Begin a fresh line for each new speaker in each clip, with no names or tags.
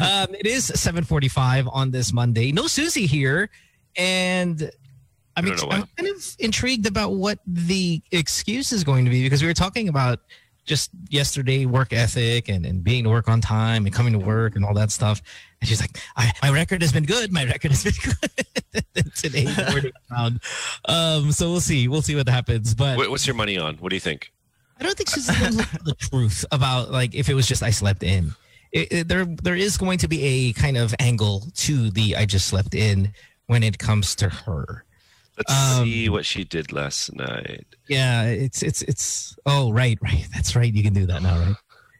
Um, it is 7:45 on this Monday. No Susie here, and I'm,
I don't know why.
I'm kind of intrigued about what the excuse is going to be because we were talking about just yesterday work ethic and, and being to work on time and coming to work and all that stuff. And she's like, I, my record has been good. My record has been good. And Today, the word is found. Um, so we'll see. We'll see what happens. But
What, what's your money on? What do you think?
I don't think she's gonna look for the truth about like if it was just I slept in. It, it- there, there is going to be a kind of angle to the I just slept in when it comes to her.
Let's
Um,
see what she did last night.
Yeah, it's it's it's. Oh, right, right. That's right. You can do that now, right?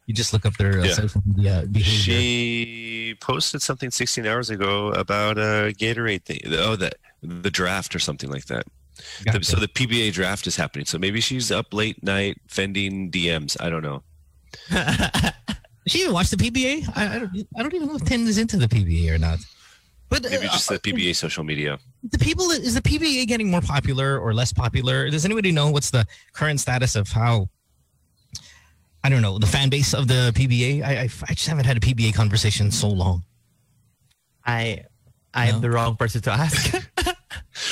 You just look up their uh,
Yeah.
social media behavior.
She posted something 16 hours ago about a Gatorade thing. Oh, that the draft or something like that. The-
Gotcha.
so the PBA draft is happening. So maybe she's up late night fending DMs. I don't know.
she even watched the PBA. I, I don't. I don't even know if Tim is into the PBA or not. But
Maybe
uh,
just the PBA social media.
the people is the PBA getting more popular or less popular? Does anybody know what's the current status of how? I don't know the fan base of the PBA. I I, I just haven't had a PBA conversation in so long.
I I
No.
am the wrong person to ask.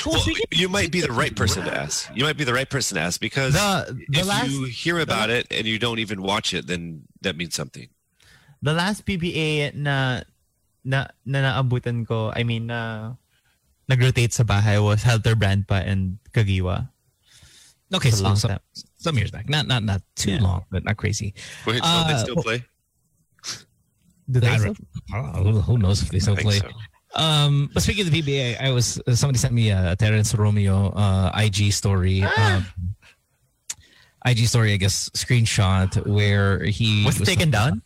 Well, you might be the right person to ask. You might be the right person to ask because
the the
if
last
you hear about it and you don't even watch it, then that means something.
the last PBA na na na naabutan ko, I mean na nag-rotate sa bahay was Helter Brand pa and Kagiwa.
Okay,
It's
so
a long
some,
time.
some years back, not not not too
Yeah.
long, but not crazy.
Wait, so
Uh,
they still
well,
play?
Do they
I
still-
don't- I don't know. who knows if they
I
still
think
play?
so.
Um, but speaking of the PBA, I was somebody sent me a Terrence Romeo uh, IG story.
Ah.
Um, IG story, I guess, screenshot where he
was it taken down?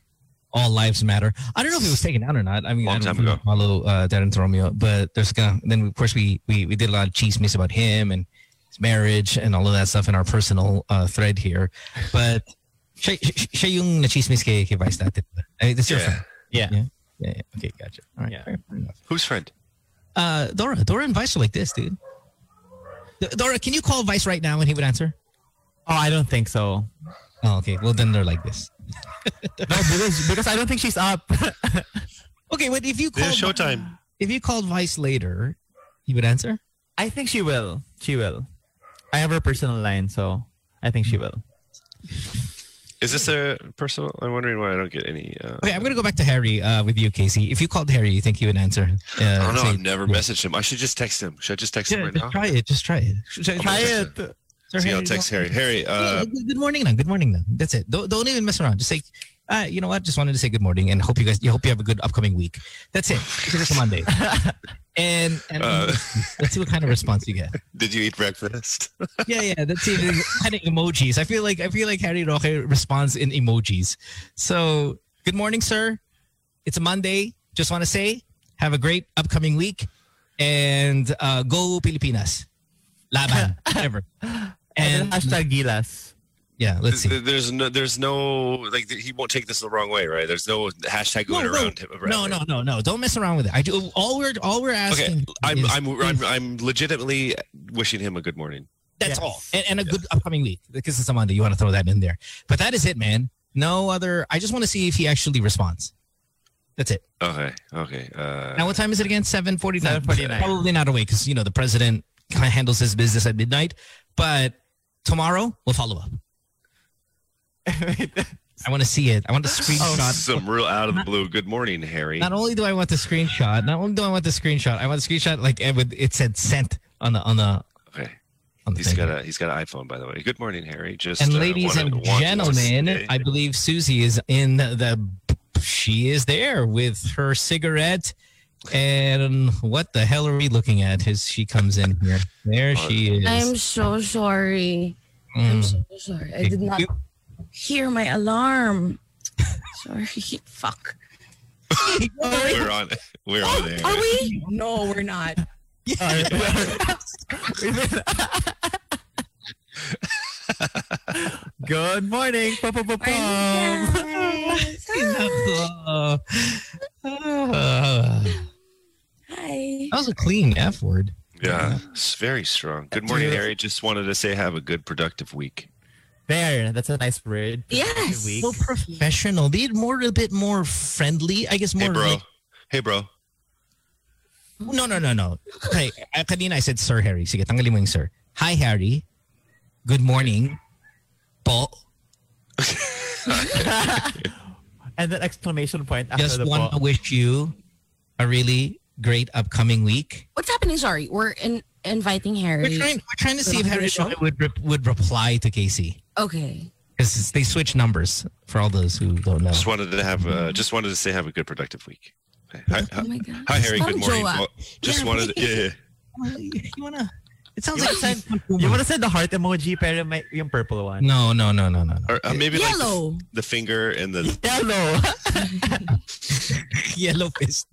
all lives matter. I don't know if it was taken down or not. I mean,
Long
I don't
time ago.
follow uh, Darren Romeo, but there's gonna then of course we we, we did a lot of cheese miss about him and his marriage and all of that stuff in our personal uh, thread here. But siya, siya- siya yung na-chismis kay, kay Vice natin. I mean, this your
Yeah.
friend.
Yeah.
Yeah, yeah. Okay, gotcha. All right.
Yeah.
Fair enough.
Who's friend?
Uh, Dora, Dora and Vice are like this, dude. D- Dora, can you call Vice right now and he would answer?
Oh, I don't think so.
Oh, okay. Well, then they're like this.
No, because because I don't think she's up.
Okay, but if you
Yeah,
called
showtime.
if you called Vice later, he would answer.
I think she will. She will. I have her personal line, so I think she will.
Is this a personal? I'm wondering why I don't get any. Uh,
Okay, I'm gonna go back to Harry uh, with you, Casey. If you called Harry, you think he would answer? Uh,
I don't know.
say-
I've never messaged him. I should just text him. Should I just text
Yeah,
him right
just
now?
try it. Just try it. Should I-
I'm
Try
gonna text
it.
Sir
See, I'll
Harry,
text
don't-
Harry. Harry,
Yeah,
uh,
good good morning, lang. Good morning, lang. That's it. Don't, don't even mess around. Just say, uh, you know what? Just wanted to say good morning and hope you guys. You hope you have a good upcoming week. That's it. Because it's a Monday. and and
uh,
let's see what kind of response you get.
did you eat breakfast?
Yeah, yeah. That's it. kind of emojis. I feel like I feel like Harry Roque responds in emojis. So good morning, sir. It's a Monday. Just want to say, have a great upcoming week, and uh, go Pilipinas. Laban, whatever.
And
And
hashtag Gilas.
yeah, let's see.
Th- There's no, there's no, like, th- he won't take this the wrong way, right? There's no hashtag
No,
going
no.
around him. around
No,
it.
no, no, no. Don't mess around with it. I do. All we're all we're asking.
Okay, I'm,
is-
I'm, I'm, I'm legitimately wishing him a good morning.
That's
Yes.
all. And, and a good upcoming week because it's a Monday. You want to throw that in there. But that is it, man. No other. I just want to see if he actually responds. That's it.
Okay, okay.
Now,
Uh,
what time is it again? 749.
7:49.
Probably not awake because, you know, the president kind of handles his business at midnight. But tomorrow, we'll follow up. I want to see it. I want to
Oh,
screenshot.
some real out of the blue. Good morning, Harry.
Not only do I want the screenshot, not only do I want the screenshot, I want the screenshot like eh, with it said sent on the on the
Okay,
on the
he's
thing.
got a he's got an iPhone, by the way. Good morning, Harry. Just
and
uh,
ladies
wanted-
and
wanted to
gentlemen,
say-
I believe Susie is in the. She is there with her cigarette. And what the hell are we looking at as she comes in here? There she is.
I'm so sorry. I'm
Mm.
so sorry. I did not hear my alarm. sorry. Fuck.
we're on we're on air.
Oh,
Are we? No, we're not.
Good morning. Pa, pa, pa,
Are you
Um,
pam.
guys? Hi.
Uh, uh,
Hi.
Oh,
that was a clean F word.
Yeah, it's very strong. Good morning, Harry. Just wanted to say have a good productive week.
There, that's a nice word.
Yes.
Week.
More professional. Be it more a bit more friendly. I guess more.
Hey, bro.
like-
Hey, bro.
no, no, no, no. Okay, uh, kanina I said Sir Harry. Sige, tanggalin mo yung Sir. Hi, Harry. Good morning. Po.
And then exclamation point after
Just
the
want to
po.
wish you a really great upcoming week.
What's happening? Sorry, we're in, inviting Harry.
We're trying, we're trying to see if
Wala kang
Harry
show?
Shogun would, re- would reply to Casey.
Okay.
Because they switch numbers for all those who don't know.
Just wanted to have. Uh,
Mm-hmm.
just wanted to say have a good productive week. Hi,
Oh
hi,
my god.
hi Harry. Good
Parang
morning.
jowa.
Well, Just
Yeah,
wanted. To, yeah, yeah.
You wanna, it sounds
You
like
wanna You wanna send the heart emoji pero may yung purple one.
No, no, no, no, no. no.
Or uh, maybe like the,
Yellow.
the finger and the.
Yellow.
Yellow fist.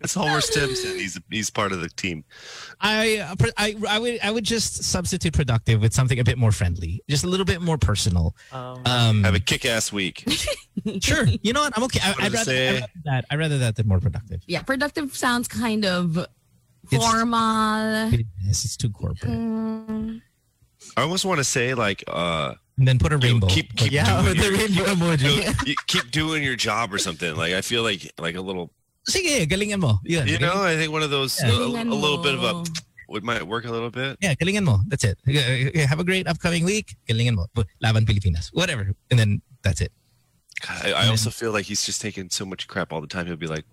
It's Homer Stimson. He's he's part of the team.
I, uh, pr- I, I would, I would just substitute productive with something a bit more friendly, just a little bit more personal.
Um,
Um,
Have a kick-ass week.
sure. You know what? I'm okay. I,
Wanted
I'd,
to
rather,
say-
I'd rather that. I'd rather that than more productive.
Yeah, productive sounds kind of
It's-
formal.
Yes, it's too corporate.
Mm,
I almost want to say like, uh,
And then put a
yo,
rainbow.
keep keep
yeah,
doing
with the
your,
rainbow emoji.
yo, you keep doing your job or something. Like I feel like like a little.
Sige, galingan mo. Yun,
You
galingan-
know, I think one of those
Yeah.
a, a little bit of a
Galingan mo.
would might work a little bit.
Yeah, galingan mo. That's it. Okay, okay, Have a great upcoming week. Galingan mo. Laban Pilipinas. Whatever. And then that's it.
I, I also feel like he's just taking so much crap all the time. He'll be like,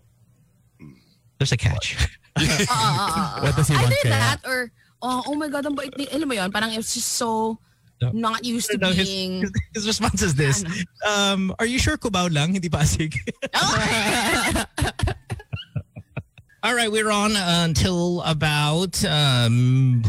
There's a catch.
Ah, ah, ah, ah.
What does he want
Either
kaya?
that or, oh, oh my God, ang bait ni, alam mo yun, parang it's just so
No.
not used to
No, his-
being.
His, his response is this.
Ano?
Um, are you sure Cubao lang? Hindi Pasig?
Oh.
All right, we're on until about, um,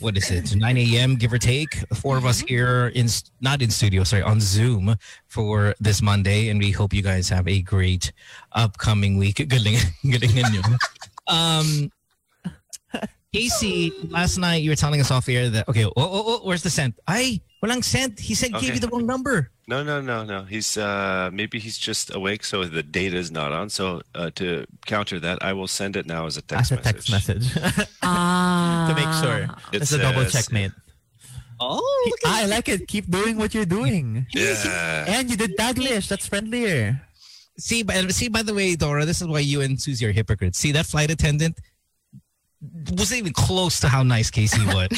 what is it, 9 a.m., give or take. Four of us here, in not in studio, sorry, on Zoom for this Monday. And we hope you guys have a great upcoming week. Galing, galingan nyo. Um, Casey, last night you were telling us off the air that, okay, oh, oh, oh, where's the scent? Ay, walang scent. He said, gave
Okay.
you the wrong number.
"No, no, no, no. He's uh maybe he's just awake, so the data is not on. So uh, to counter that, I will send it now as a text
As a text message.
Ah.
to make sure. It's a double
says-
checkmate.
Oh,
Keep- I like it. Keep doing what you're doing.
Yeah.
And you did Taglish. That's friendlier.
See, by, see, by the way, Dora, this is why you and Susie are hypocrites. See, that flight attendant wasn't even close to how nice Casey was.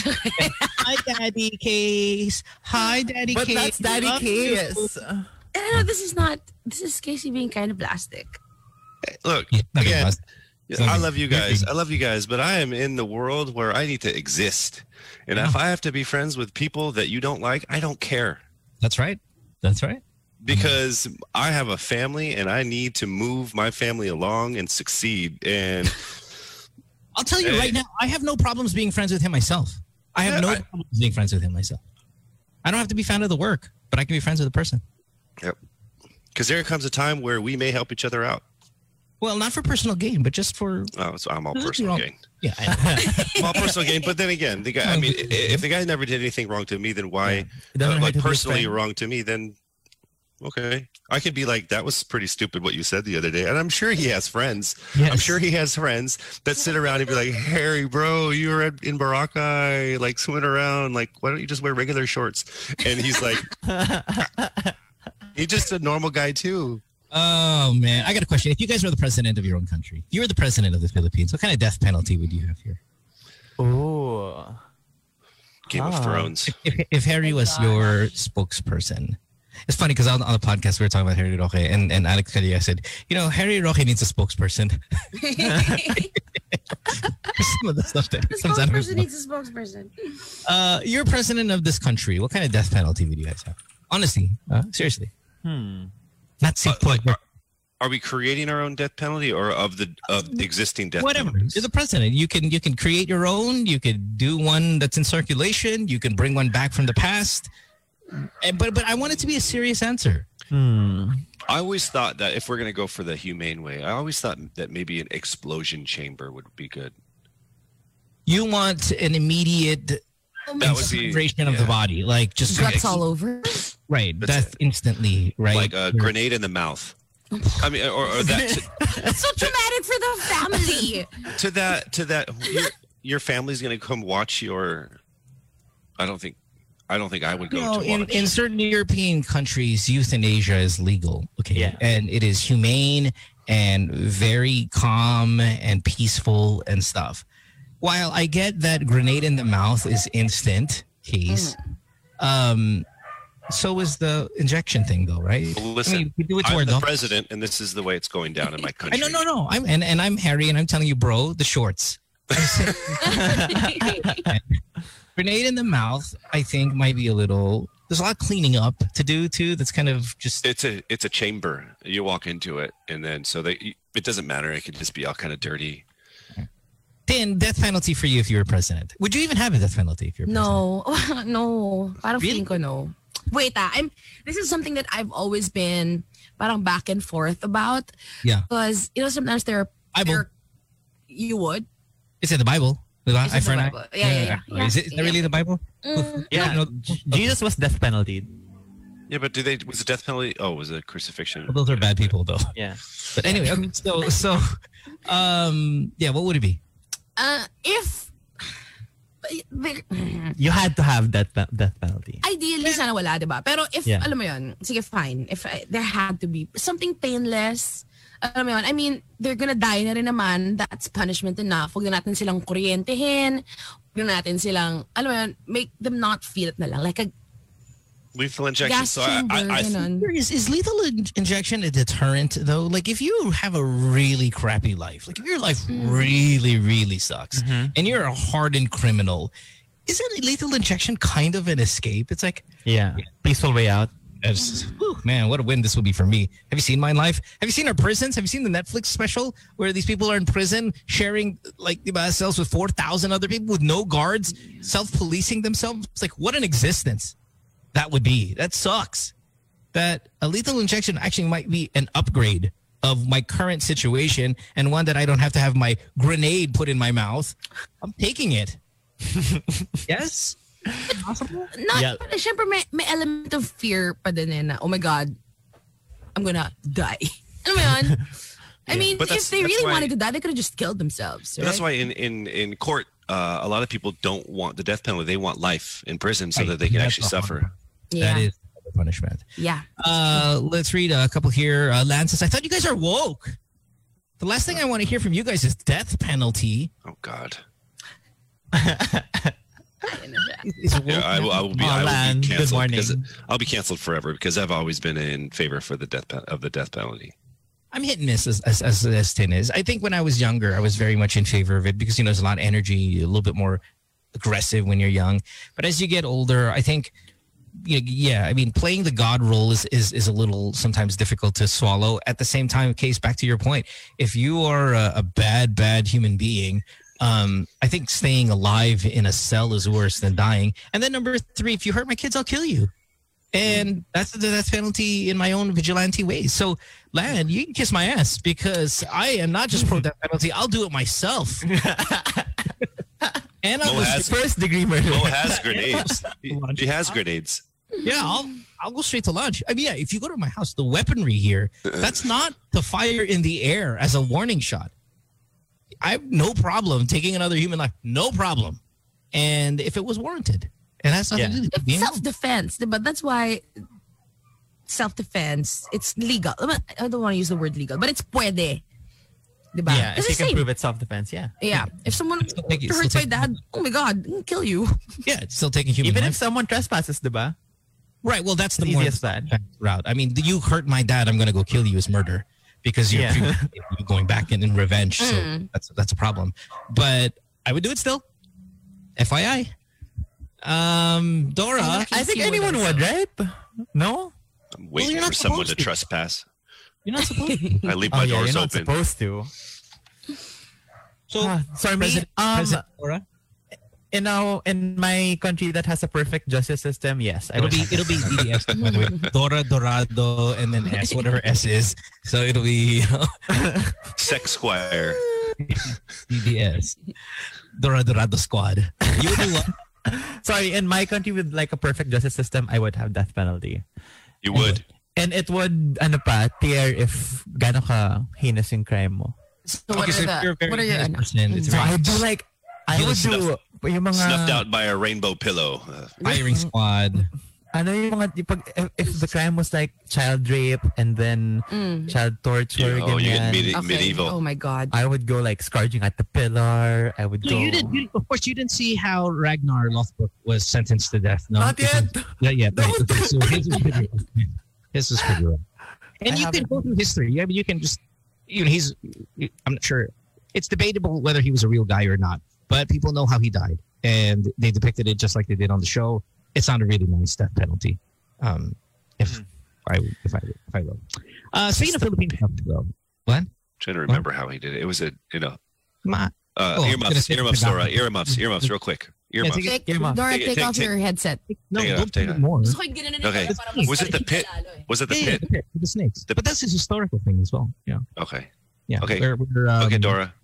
Hi, Daddy Case. Hi, Daddy
But
Case.
that's Daddy
Love you.
Case.
I don't know, Eh, this is not, this is Casey being kind of plastic.
Look,
Yeah, nothing
Again.
was. So-
I love you guys. I love you guys, but I am in the world where I need to exist. And if I have to be friends with people that you don't like, I don't care
That's right. That's right.
Mm-hmm.
because I have a family and I need to move my family along and succeed. And
I'll tell you
Hey.
right now, I have no problems being friends with him myself. I have
Yeah,
no
I-
problems being friends with him myself. I don't have to be fan of the work, but I can be friends with the person.
because there comes a time where we may help each other out.
Well, not for personal gain, but just for
Oh, so I'm all
Nothing
personal
wrong.
gain.
yeah. I-
I'm all personal gain. But then again, the guy. I mean, i- if the guy never did anything wrong to me, then why?
It doesn't
uh,
hurt
like
to be
personally
friend-
wrong to me, then okay, I could be like, that was pretty stupid what you said the other day, and I'm sure he has friends. I'm
Yes.
sure he has friends that sit around and be like, Harry, bro, you were at, in Boracay, like swimming around, like why don't you just wear regular shorts? And he's like, he's just a normal guy too.
Oh man, I got a question. If you guys were the president of your own country, you were the president of the Philippines. What kind of death penalty would you have here?
Oh.
Game of
Ah.
Thrones.
If, if Harry was
Oh
your spokesperson, it's funny because on, on the podcast we were talking about Harry Roque and, and Alex Calia said, you know, Harry Roque needs a spokesperson. Some of the stuff that
The
comes out of his
spokesperson needs a spokesperson.
mouth. Uh, you're president of this country. What kind of death penalty would you guys have? Honestly, uh, seriously,
Hmm.
not sick, but
Are we creating our own death penalty or of the of the existing death
whatever.
penalties?
You're the president. You can you can create your own. You could do one that's in circulation. You can bring one back from the past. And, but but I want it to be a serious answer.
Hmm.
I always thought that if we're gonna go for the humane way, I always thought that maybe an explosion chamber would be good.
You want an immediate
That would be
incineration of the
yeah.
body, like just
Guts all over.
right,
That's
death instantly, right?
like a grenade in the mouth. I mean, or, or that
It's so traumatic for the family.
to, to that to that your, your family's gonna come watch your. I don't think I don't think I would go
you know,
to
in,
watch.
in certain European countries, euthanasia is legal. Okay.
Yeah.
And it is humane and very calm and peaceful and stuff. While I get that grenade in the mouth is instant case,
Mm.
um, so is the injection thing, though, right?
Well,
I mean,
listen,
we do it to our
I'm the
doc-
president, and this is the way it's going down in my
I
country.
no, no, no. I'm and, and I'm Harry, and I'm telling you, bro, the shorts. Grenade in the mouth, I think, might be a little. There's a lot of cleaning up to do too. That's kind of just
It's a it's a chamber. You walk into it, and then so they it doesn't matter. It could just be all kind of dirty.
Then death penalty for you if you were president. Would you even have a death penalty if you're president?
No, no. Parang
Really?
feeling ko no. Wait ah, I'm, this is something that I've always been parang back and forth about.
Yeah.
Because, you know, sometimes there are...
Bible.
there- you would?
It's in the Bible. Diba?
It's in
Eye
the
for an eye.
Bible. Yeah, yeah, yeah.
Oh, Is it is that
Yeah.
really the Bible?
Mm,
Yeah,
No, no.
J- Jesus was death penalty.
Yeah, but do they was the death penalty? Oh, was it crucifixion?
Well, those are bad people though.
Yeah.
But anyway, okay, so so um yeah, what would it be?
uh, if... but-
You had to have that pe- death penalty.
Ideally, sana wala, di ba? Pero if,
Yeah.
alam mo yun, sige, fine. If I, there had to be something painless, alam mo yun, I mean, they're gonna die na rin naman. That's punishment enough. Huwag na natin silang kuryentehin. Huwag na natin silang, alam mo yun, make them not feel it na lang. Like a
Lethal injection.
gas
so I, I,
chamber,
I
ganun.
Is, is lethal in- injection a deterrent though? Like if you have a really crappy life, like if your life really, really sucks
Mhm.
and you're a hardened criminal, isn't lethal injection kind of an escape? It's like
Yeah. Peaceful way out.
That's- whew, man, what a win this will be for me. Have you seen my life? Have you seen our prisons? Have you seen the Netflix special where these people are in prison sharing like the cells with 4,000 other people with no guards, self policing themselves? It's like, what an existence that would be. That sucks. That a lethal injection actually might be an upgrade of my current situation and one that I don't have to have my grenade put in my mouth. I'm taking it. yes? Possible?
Not,
Yeah.
parang syempre may, may element of fear pa din eh na, oh my God, I'm gonna die. Alam mo yun? I mean,
But
if
that's-
they
that's
really
why-
wanted to die, they could have just killed themselves.
But
Right?
That's why in in in court, uh, a lot of people don't want the death penalty. They want life in prison so
Right.
that they can
That's
actually
the hard
suffer.
part.
yeah.
That is the punishment.
yeah.
Uh, let's read a couple here. Uh, Lance says, I thought you guys are woke. The last thing I want to hear from you guys is death penalty.
Oh God!
Ayun na siya.
Is woke
Yeah, I will. I will
Oh,
be. I will
Alan,
be
good
canceled
morning.
because I'll be canceled forever because I've always been in favor for the death pe- of the death penalty.
I'm hit and miss as, as, as, as Tin is. I think when I was younger, I was very much in favor of it because, you know, there's a lot of energy, a little bit more aggressive when you're young. But as you get older, I think, y- yeah, I mean, playing the God role is, is, is a little sometimes difficult to swallow. At the same time, Case, back to your point, if you are a, a bad, bad human being, um, I think staying alive in a cell is worse than dying. And then number three, if you hurt my kids, I'll kill you. And that's the death penalty in my own vigilante ways. So, Lan, you can kiss my ass because I am not just pro death penalty. I'll do it myself. and I'll
No
just-
ass.
First degree murder.
Mo Oh, has grenades. He,
Lunch.
he has grenades.
yeah, I'll I'll go straight to lunch. I mean, yeah, if you go to my house, the weaponry here, that's not to fire in the air as a warning shot. I have no problem taking another human life, no problem. And if it was warranted. And that's nothing
Yeah.
to do with
If
being-
self-defense, but that's why self-defense, it's legal. I don't want to use the word legal, but it's puede. Diba?
Yeah, if
Kasi
you can
same.
prove it's self-defense, yeah.
yeah. If someone
Still take it,
were hurt
still take
by
it.
dad, oh my God, I'll kill you.
Yeah, it's still taking human
Even if
life.
someone trespasses, diba?
right. Well, that's the
It's
more
easy as that.
route. I mean, you hurt my dad, I'm gonna go kill you is murder because you're
Yeah.
pre- going back in, in revenge. So
Mm.
that's that's a problem. But I would do it still. FYI. Um, Dora.
I
I
think
think
you would
anyone would, right? No?
I'm
Well,
waiting
you're not
for someone to
supposed to.
trespass.
You're not supposed
I leave
Oh,
my
yeah,
doors
you're not
open.
supposed to.
So,
Ah, sorry,
President,
me. Um,
President Laura,
in our in my country that has a perfect justice system, yes, I
it'll
would.
be
have-
it'll be EDS by the way. Dora Dorado and then S, whatever S is. So it'll be you know,
Sex squire.
EDS. Dora Dorado Squad. You would do what?
sorry, in my country with like a perfect justice system, I would have death penalty,
You would.
and it would ano pa tear if gaano ka heinous yung crime mo.
So what are the, what are your,
nice person, it's
So
very-
I do like I
Give
would
us
do yung mga
Snuffed out by a rainbow pillow. Uh,
Hiring squad.
ano yung mga yung pag if, if the crime was like child rape and then
Mm.
child torture
You- oh, you get
ganyan,
medi- medieval.
Oh my God.
I would go like scourging at the pillar. I would
So
go
you did, you, of course, you didn't see how Ragnar Lothbrok was sentenced to death. No,
Not
Because-
yet.
Not yet.
That
right.
was-
Okay, so his was pretty rough. His was pretty rough. And
I
you can
haven't-
go through history. I mean, you can just, you know, he's, I'm not sure. It's debatable whether he was a real guy or not, but people know how he died. And they depicted it just like they did on the show. It's not a really nice death penalty. Um, if
Hmm.
I if I if I will. Uh, speaking of Philippine stuff, though,
trying to remember how he did it. It was a you know
ma-
uh,
Oh, I'm gonna
earmuffs,
say
earmuffs,
forgot.
Laura, earmuffs, earmuffs, real quick, earmuffs.
take
Take,
Earmuffs.
Dora,
Take it,
take,
take-
off
take-
your headset.
no,
Take it
don't
off, take
do
it off.
more.
Gusto ko yung ganun na
Okay.
para parang mas
Was it the
malaki
pit?
lalo eh.
Was it the
Yeah, yeah,
pit?
the pit, with the snakes.
The-
but that's a historical thing as well. Yeah.
Okay,
Yeah.
Okay.
We're- we're, um,
okay, Dora.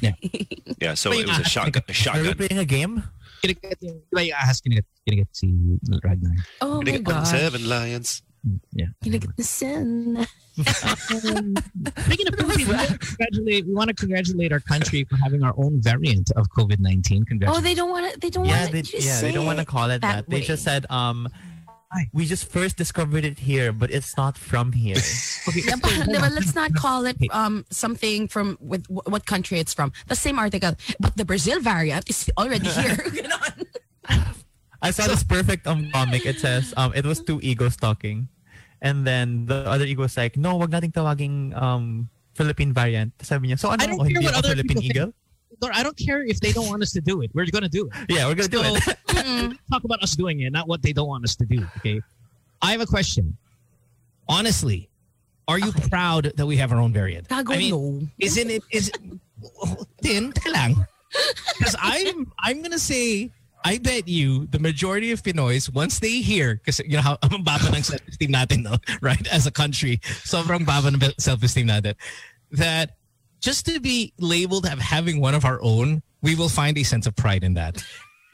yeah.
Yeah. So
Wait,
it was
uh,
a shotgun. A
Are we
shotgun.
playing a game?
Gonna get, like, ah, has- gonna get, gonna get si Ragnar.
Oh my
Gonna get
God.
Seven lions.
Yeah.
Gonna get the sin.
Speaking of COVID, we wanna congratulate, we want to congratulate our country for having our own variant of COVID nineteen.
Oh,
Congratulations!
they don't want to. They don't
Yeah,
want
they,
to.
yeah, they don't want to call it that.
that
They
way.
just said, um,
Why?
we just first discovered it here, but it's not from here.
Okay, so
Yeah, but,
hold
no,
on.
but let's not call it um something from with wh- what country it's from. The same article, but the Brazil variant is already here. Ganon.
I saw this perfect um comic. It says, um, it was two egos talking, and then the other ego was like, no, wag nating tawaging um Philippine variant. Sabi niya, so ano
I don't
ako,
care
hindi
what
ako
other
Philippine
people
eagle?
Dora, I don't care if they don't want us to do it. We're gonna do it.
Yeah, we're gonna do
So,
it.
Mm-mm.
talk about us doing it, not what they don't want us to do. Okay. I have a question. Honestly, are you
Okay.
proud that we have our own variant?
Gago,
I mean,
no.
isn't it is din teka lang because I'm I'm gonna say I bet you the majority of Pinoys once they hear kasi you know how ang baba ng self-esteem natin no right as a country sobrang baba ng self-esteem natin that just to be labeled of having one of our own we will find a sense of pride in that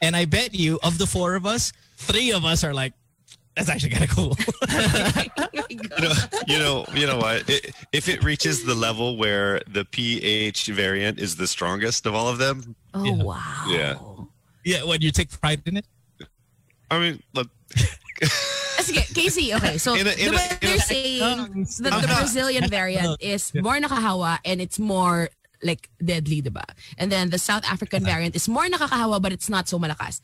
and I bet you of the four of us three of us are like that's actually kind of cool
You know, you know, you know what? It, if it reaches the level where the PH variant is the strongest of all of them,
Oh
Yeah.
wow.
Yeah.
yeah when you take pride in it
I mean, look,
Ah, Sige, Casey, okay. So,
In a- in
diba
a- in a-
they're
"Oh,
saying that the Brazilian variant is more nakakahawa and it's more like deadly, diba? And then the South African variant is more nakakahawa but it's not so malakas.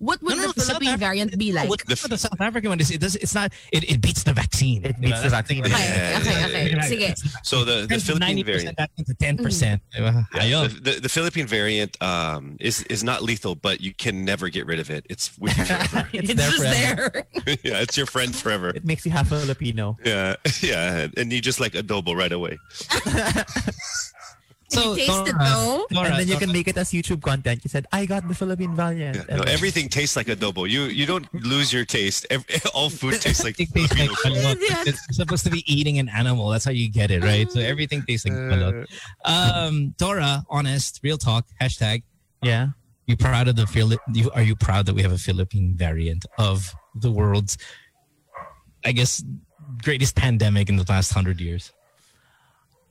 What would
No, no,
the
the South
Philippine
Af-
variant be like?
What- what the South African one is it does it's not it, it beats the vaccine.
It beats the vaccine.
Okay,
Yeah,
okay,
yeah,
okay.
yeah.
Sige.
so the, the Philippine variant.
to ten
Mm-hmm.
percent.
Yeah, the, the, the Philippine variant um, is is not lethal, but you can never get rid of it. It's with you forever.
It's,
there
just
forever.
there.
yeah, it's your friend forever.
It makes you half Filipino.
Yeah, yeah, and you just like adobo right away.
So uh,
you taste it
Dora,
though?
Dora,
and then you
Dora,
can make it as YouTube content. You said, I got the Philippine variant.
Yeah, no,
And-
everything tastes like adobo. You you don't lose your taste. Ev all food tastes like
It tastes like
Filipino food.
palot. It's supposed to be eating an animal. That's how you get it, right? So everything tastes like
Uh,
palot. Um, Dora, honest, real talk, hashtag.
yeah.
You proud of the Phili- you, Are you proud that we have a Philippine variant of the world's, I guess, greatest pandemic in the last hundred years?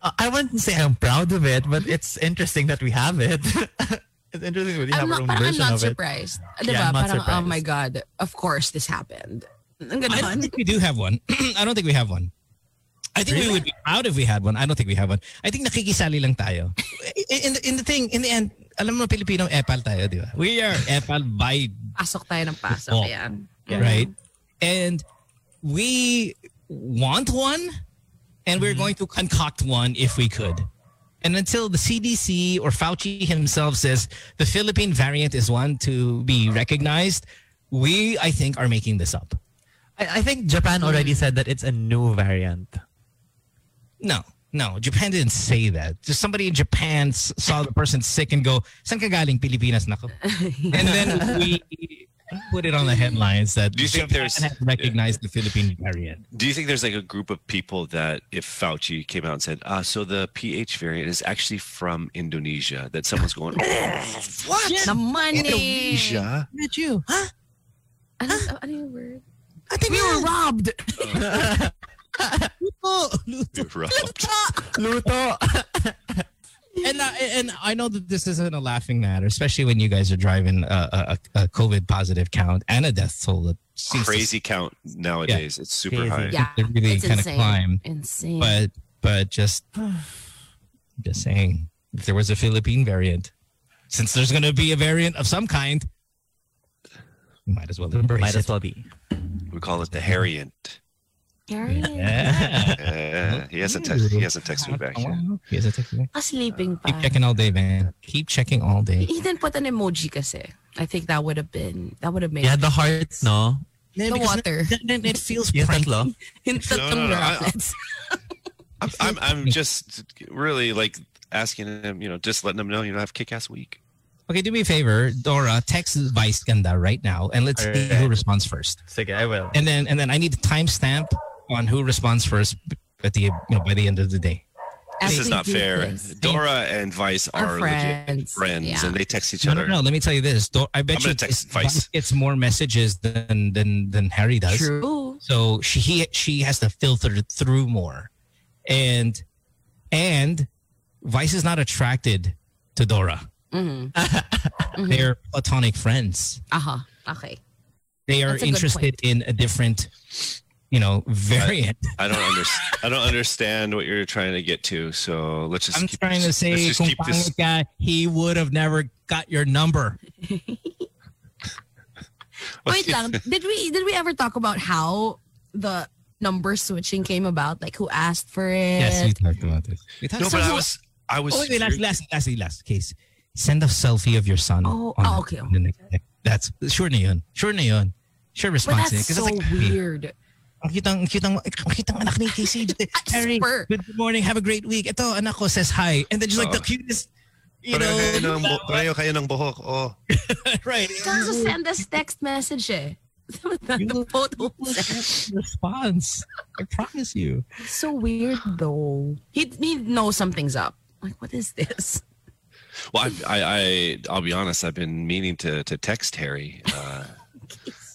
Uh, I wouldn't say I'm proud of it, but it's interesting that we have it. it's interesting that we have
I'm
our
not,
own
parang I'm
version
not
of it.
surprised.
Yeah,
Diba?
I'm not
parang, oh
surprised.
my God, of course this happened. Ang
I don't
ganon.
think we do have one. I don't think we have one. I think we would be proud if we had one. I don't think we have one. I think nakikisali lang tayo. In the, in the thing, in the end, alam mo Pilipino, epal tayo, di ba? We are epal by,
Pasok tayo ng pasok.
Oh.
Ayan.
right? And we want one and we're going to concoct one if we could. And until the CDC or Fauci himself says the Philippine variant is one to be recognized, we, I think, are making this up.
I, I think Japan already
Hmm.
said that it's a new variant.
No, no. Japan didn't say that. Just somebody in Japan s- saw the person sick and go, "San ka galing Pilipinas nako?" And then we put it on the headlines that
Do you think
Japan
there's-
had recognized the Philippine variant?
Do you think there's like a group of people that if Fauci came out and said, ah, so the PH variant is actually from Indonesia, that someone's going, "Oh,
What?
The money.
Indonesia?
Not you? Huh?
Ano, ano yung word?
I think
We were robbed.
people.
You're robbed.
Luto!
and I, and I know that this isn't a laughing matter, especially when you guys are driving a, a, a COVID positive count and a death toll that seems to-
Crazy count nowadays. It's super
Crazy.
high.
Yeah,
They really
it's
kinda
insane.
climb,
Insane.
But but just just saying, if there was a Philippine variant, since there's going to be a variant of some kind, you might as well embrace
Might
it.
as well be.
We call it the Harriant.
Darn.
Yeah.
Uh, he hasn't text, he hasn't texted me back yet.
He hasn't texted me.
Sleeping pa. Eh,
Keep checking all day, man. Keep checking all day.
He didn't put an emoji kasi. I think that would have been, that would have made
Yeah, the heart, no?
the water.
it feels
Yung tatlo.
Yung tatlong
no, no, I-
droplets.
I'm, I'm I'm just really like asking him, you know, just letting him know, you know, have kick ass week.
Okay, do me a favor, Dora. Text Vice Ganda right now, and let's see who
Alright.
responds first.
Sige, I will.
And then, and then I need a timestamp on who responds first at the you know by the end of the day.
As
This is
we
not
do
fair.
this.
Dora and Vice
Our
are legit
friends.
friends,
Yeah.
and they text each
No,
other.
no, no. Let me tell you this. Dor- I bet
I'm
you
gonna text
it's-
Vice.
gets more messages than than than Harry does.
True.
So she he, she has to filter through more, and and Vice is not attracted to Dora.
Mhm.
They're platonic friends.
Aha. Uh-huh. Okay.
They are
That's a good
interested in a different, you know, variant.
I don't understand. I don't understand what you're trying to get to. So let's just.
I'm
keep
trying to
this-
say,
Let's just
kung
keep this.
pangit ka, he would have never got your number.
Wait lang. Did we did we ever talk about how the number switching came about? Like who asked for it?
talked about this. We talked
No, but I was. I was.
Oh, wait, wait, last, last, last, last case. Send a selfie of your son.
Oh,
on
oh,
the-
okay.
on the next- That's sure na yun. Sure na yun. Sure
but
response. eh,
that's so
hmm.
weird.
Ang cute ang cute ang ang cute ang anak ni Casey. Harry,
spur.
good morning. Have a great week. Ito, anak ko says hi. And then just like
Oo.
the cutest, you
Pareho kayo ng,
know,
bu- pareho kayo ng buhok. Oh.
right.
You can also send us text message eh. the
Oh,
photo
response. I promise you.
so weird though. He he knows something's up. Like what is this?
Well, I, I, I, I'll be honest. I've been meaning to to text Harry. Uh,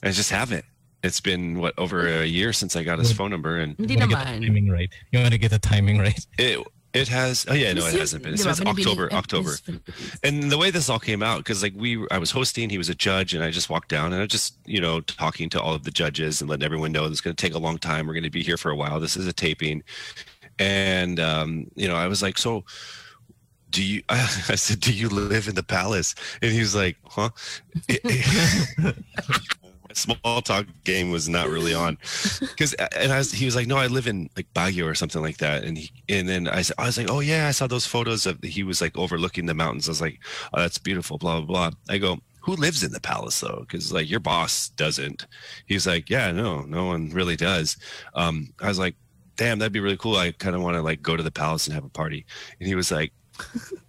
I just haven't. It's been what over a year since I got his phone number, and
Hindi
You wanna get the
naman.
timing right. You want to get the timing right.
it it has. Oh yeah, no, it
Kasi-
hasn't been. It's,
diba,
it's
binibili-
October,
eh,
October.
it's-
And the way this all came out, because like we, I was hosting, he was a judge, and I just walked down and I just, you know, talking to all of the judges and letting everyone know this is going to take a long time. We're going to be here for a while. This is a taping, and um, you know, I was like, so. Do you? I said, do you live in the palace? And he was like, huh? My small talk game was not really on, because uh, and I was, he was like, no, I live in like Baguio or something like that, and he and then I said, I was like, oh yeah, I saw those photos of he was like overlooking the mountains. I was like, oh, that's beautiful, blah blah blah. I go, who lives in the palace though? Because like your boss doesn't. He's like, yeah, no, no one really does. Um, I was like, damn, that'd be really cool. I kind of want to like go to the palace and have a party. And he was like,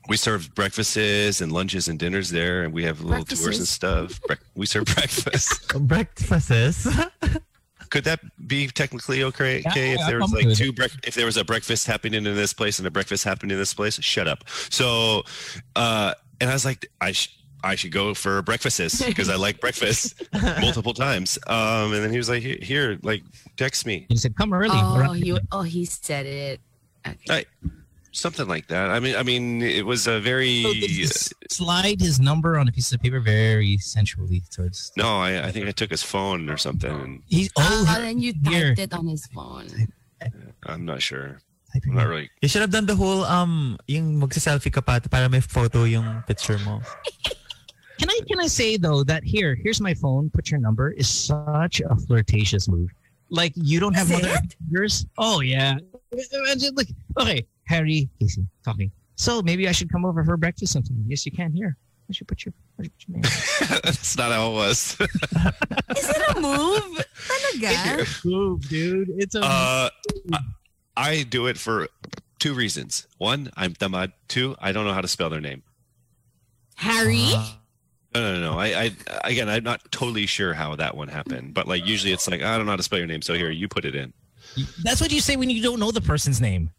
we serve breakfasts and lunches and dinners there, and we have little tours and
Breakfasts.
stuff. Brec- we serve breakfast.
Breakfasts.
Could that be technically okay?
Yeah,
okay if
yeah,
there
I'm
was
good
like
with
two break, if there was a breakfast happening in this place and a breakfast happening in this place, shut up. So, uh, and I was like, I sh- I should go for breakfasts because I like breakfast multiple times. Um, and then he was like, here, here, like text me,
You said come early.
Oh,
Around-
you, oh, he said it. Okay.
I- something like that. I mean, I mean, it was a very.
So did he s- slide his number on a piece of paper very sensually towards.
No, I, I think I took his phone or something. and
He's oh,
Ah, then you
here.
typed it on his phone.
I'm not sure.
typing
I'm not really.
You should have done the whole, um, yung magsa-selfie ka pa para may photo yung picture mo.
Can I can I say though that here here's my phone, put your number is such a flirtatious move. Like you don't have
Is
mother fingers. Oh yeah. Imagine like okay, Harry Casey talking. So maybe I should come over for breakfast sometime. Yes, you can here. I should put your, I should put your name.
That's not how it was.
Is it a move? Talaga?
move, dude. It's a
Uh, I- I do it for two reasons. One, I'm tamad. Two, I don't know how to spell their name.
Harry?
Uh,
No, no, no. no. I, I, again, I'm not totally sure how that one happened, but like usually it's like I don't know how to spell your name, so here you put it in.
That's what you say when you don't know the person's name.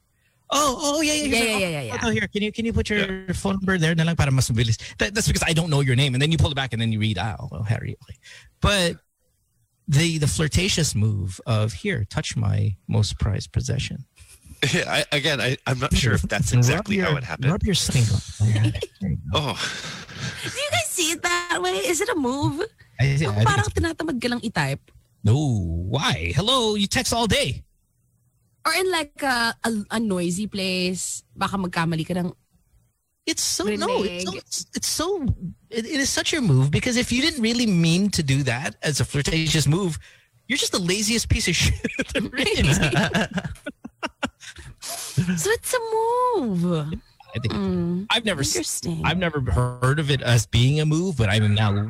Oh, oh yeah, yeah,
yeah, yeah, yeah, yeah.
Oh,
yeah.
no, here, can you can you put your phone number there? Na lang para mas mabilis. That, that's because I don't know your name, and then you pull it back, and then you read, oh, well, Harry. okay." But the the flirtatious move of here, touch my most prized possession.
I, again, I, I'm not sure if that's
And rub
exactly
your-
how it happened.
Rub your stink on. Yeah, there you go.
Oh,
Do you guys see it that way? Is it a move?
I, I,
Ako
think
parang
it's-
tinatamad ka lang i-type.
no, why? Hello, you text all day.
Or in like a, a, a noisy place. Baka magkamali ka ng...
It's so no, it's so,
Rinig.
it's, it's so it, it is such a move because if you didn't really mean to do that as a flirtatious move, you're just the laziest piece of shit. there is.
So it's a move.
I think
Mm,
I've never s-
interesting.
I've never heard of it as being a move, but I'm now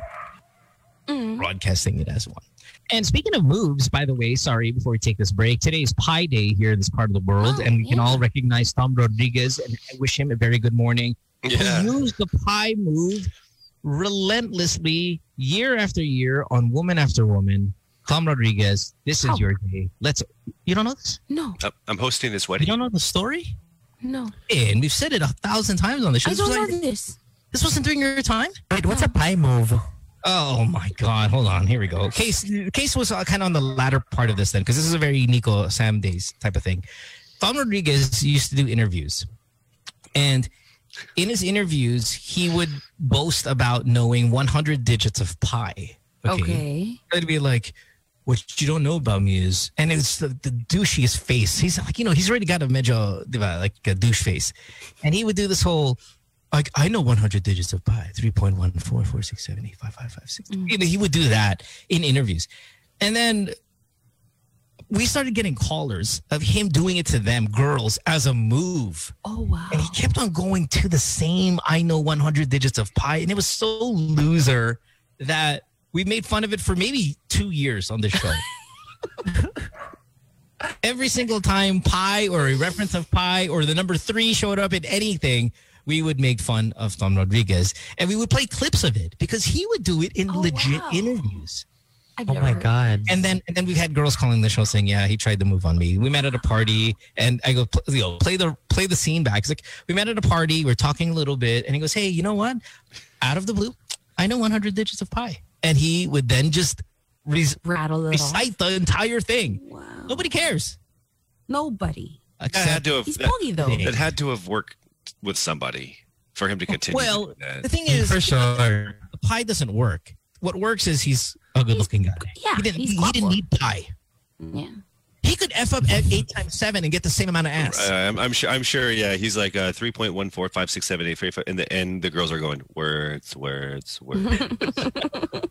Mm.
broadcasting it as one. And speaking of moves, by the way, sorry, before we take this break, today is Pi Day here in this part of the world,
Oh,
and we can
yeah.
all recognize Tom Rodriguez and I wish him a very good morning.
yeah.
who used the pie move relentlessly year after year on woman after woman. Tom Rodriguez, this is
How?
your day. Let's. You don't know this?
No,
I'm- I'm hosting this
You
wedding.
don't know the story?
no.
And we've said it a thousand times on the show.
I
This,
don't
was
know this.
this wasn't during your time.
Wait, what's a pie move?
Oh my God! Hold on. Here we go. Case case was kind of on the latter part of this then, because this is a very Nico Sam days type of thing. Tom Rodriguez used to do interviews, and in his interviews, he would boast about knowing 100 digits of pi.
Okay.
I'd be like, what you don't know about me is, and it's the, the douchiest face. He's like, you know, he's already got a medyo, di ba, like a douche face. And he would do this whole, like, I know 100 digits of pi, 3.1446785556. You know, he would do that in interviews. And then we started getting callers of him doing it to them, girls, as a move.
Oh, wow.
And he kept on going to the same I know 100 digits of pi. And it was so loser that we made fun of it for maybe two years on this show. Every single time pi or a reference of pi or the number three showed up in anything, we would make fun of Tom Rodriguez and we would play clips of it because he would do it in
Oh,
legit
wow.
interviews.
I've
Oh
never
my
heard.
god.
And then and then we've had girls calling the show saying, "Yeah, he tried to move on me." We met at a party, and I go, pl- you know, play the play the scene back." It's like we met at a party, we're talking a little bit, and he goes, "Hey, you know what? Out of the blue, I know 100 digits of pi," and he would then just re-
Rattle it off.
recite the entire thing.
Wow.
Nobody cares.
Nobody.
That had
Except
to have
He's
that,
pogi though.
that had to have worked with somebody for him to continue.
Well,
doing that.
the thing is,
For sure.
the pi doesn't work. What works is he's a good-looking guy.
Yeah,
he didn't,
he's
he didn't
guapo.
need pi.
Yeah.
He could f up at eight times seven and get the same amount of ass.
Uh, I'm, I'm sure. I'm sure. Yeah, he's like uh, three point one four five six seven eight three. And the and the girls are going words, words, words.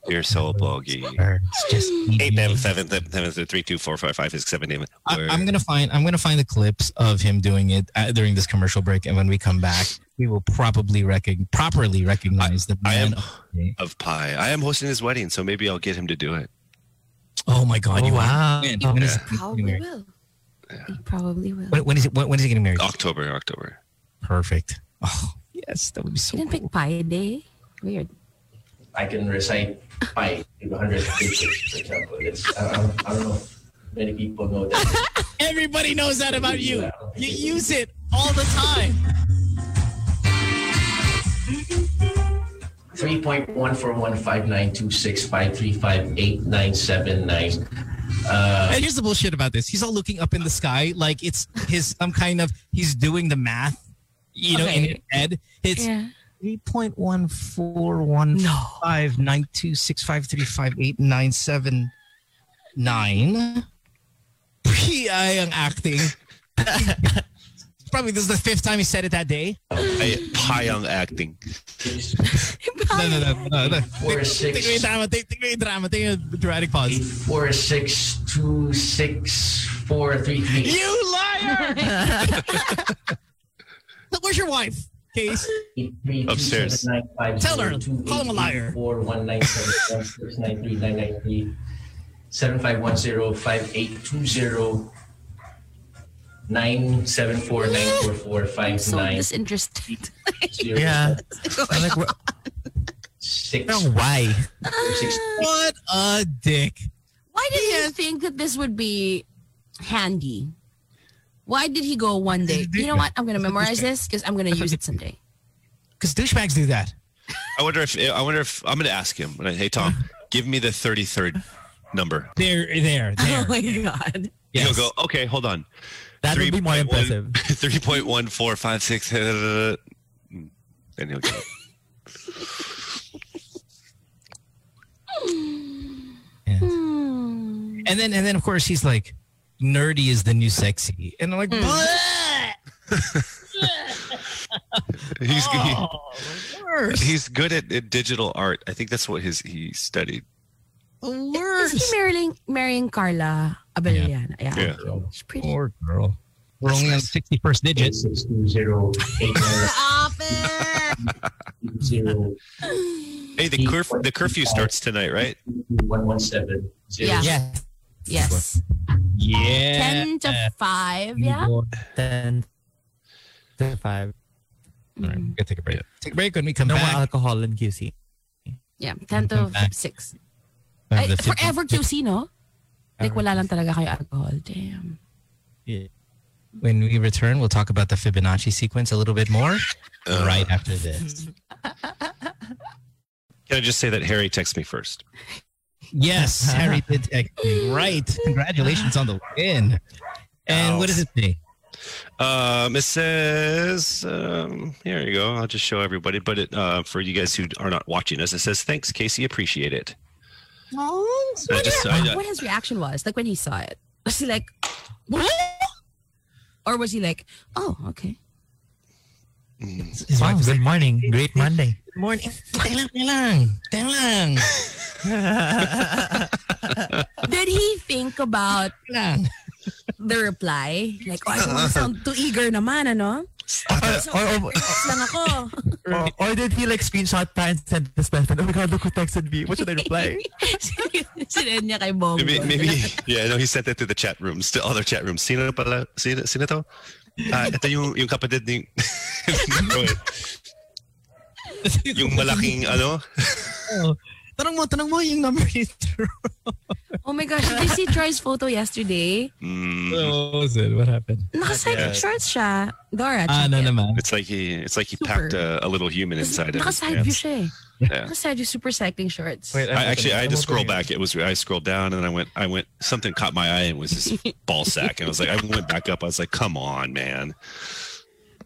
You're so bogey.
It's just
Eight seven seven seven seven three two four five five six seven eight.
I, I'm gonna find I'm gonna find the clips of him doing it uh, during this commercial break, and when we come back, we will probably recog- properly recognize the
I
man.
am-
of the day.
of pie. I am hosting his wedding, so maybe I'll get him to do it.
oh my god!
Oh,
you
wow.
When,
Oh,
when is
yeah.
he
Probably
getting married?
will. He probably will.
When, when is it? When, when is he getting married?
October, October.
Perfect. Oh yes, that would be
He
so.
didn't
Cool.
pick pie day. Weird.
I can recite pi to 100 digits, for example. It's, I, I, don't- I don't know if many people know that.
Everybody knows that about you.
I don't
You
think it's-
use it all the time.
3.1415926535897. Uh,
And here's the bullshit about this. He's all looking up in the sky like it's his some kind of he's doing the math, you know, in
Okay.
his head. It's
Yeah.
three point one four one
No.
five nine two six five three five eight nine seven nine. PI ang acting. Probably this is the fifth time he said it that day.
I, pie on acting.
No, no, no, no, no.
Four,
Take away
six,
drama, take take away drama, take a dramatic
eight,
pause.
four, six, two, six, four, three, three.
You liar! Look, Where's your wife, Case?
Upstairs.
Tell her. Call him a liar.
Four one nine seven seven six nine three nine nine three seven five one zero five eight two zero nine seven four nine four four
I'm
five
so
nine
disinterested.
zero
Yeah. I'm like, wha-
six
parang why?
six
What a dick.
Why did
Yeah.
he think that this would be handy? Why did he go one day? You know what? I'm gonna memorize this because I'm gonna use it someday.
Because douchebags do that.
I wonder if I wonder if I'm going to ask him. Like, Hey Tom, give me the thirty third number.
They're there. There.
Oh my god.
Yes.
He'll go. Okay, hold on.
That would be more
3.1
impressive.
3.1456. Then he'll get it.
Hmm.
And then and then of course he's like, nerdy is the new sexy. And I'm like,
Hmm.
"Bleh!"
He's, he-
oh, the worst.
he's good at, at digital art. I think that's what his he studied.
The
Is he
worst.
marrying, marrying Carla Abellana? Yeah.
Yeah.
She's pretty.
Poor girl. We're only on 61st digits.
Stop it!
Hey, the curf- the curfew starts tonight, right?
Yeah.
Yes.
Yes.
Yeah.
10
Eh,
to 5, yeah?
All
10 to 5.
Mm.
right, we're gonna take a break. Take a break when we come
No more
back.
alcohol in QC.
Yeah, 10 to
Welcome back.
6.
We'll
Ay,
have the fifty-
forever QC, no? Like wala lang talaga kayo alcohol. Damn.
Yeah.
When we return, we'll talk about the Fibonacci sequence a little bit more
Uh,
right after this.
Can I just say that Harry texted me first?
Yes, Harry did text me. Right. Congratulations on the win. And what does it say?
Um, it says, um, here you go. I'll just show everybody. But it, uh, for you guys who are not watching us, it says, thanks, Casey. Appreciate it.
Oh,
I
what,
just-
did-
I-
what his reaction was, like when he saw it. Was he like, what? Or was he like, oh, okay.
Wow, good morning. Great Monday.
Good morning. Teka lang, teka lang. Teka lang.
Did he think about
Teka lang.
the reply? Like, oh, I don't wanna sound too eager naman, ano? So,
Or, or,
text lang ako.
or, or did he like screenshot pa and send this best friend? Oh my god, look who texted me. What should I reply?
Sinend niya kay Bongo.
Maybe, maybe, yeah, no, he sent that to the chat rooms, to other chat rooms. Sino pala? Sino, sino to? Ah, ito yung, yung kapatid ni... yung malaking, ano?
Oh, Tanong mo, tanong mo yung number is true.
Oh my gosh, did you see Troy's photo yesterday?
Mm,
What was it? What happened?
Naka-cycling
Yes.
shorts siya. Dora,
Ah, no
check it.
naman.
it's like he, it's like he
Super.
packed a, a little human inside of his
Naka-side view
pants.
siya eh.
Yeah.
Naka-side view, super cycling shorts.
I actually I had to scroll back. It was I scrolled down and I went I went something caught my eye and it was his ball sack and I was like I went back up. I was like, come on, man.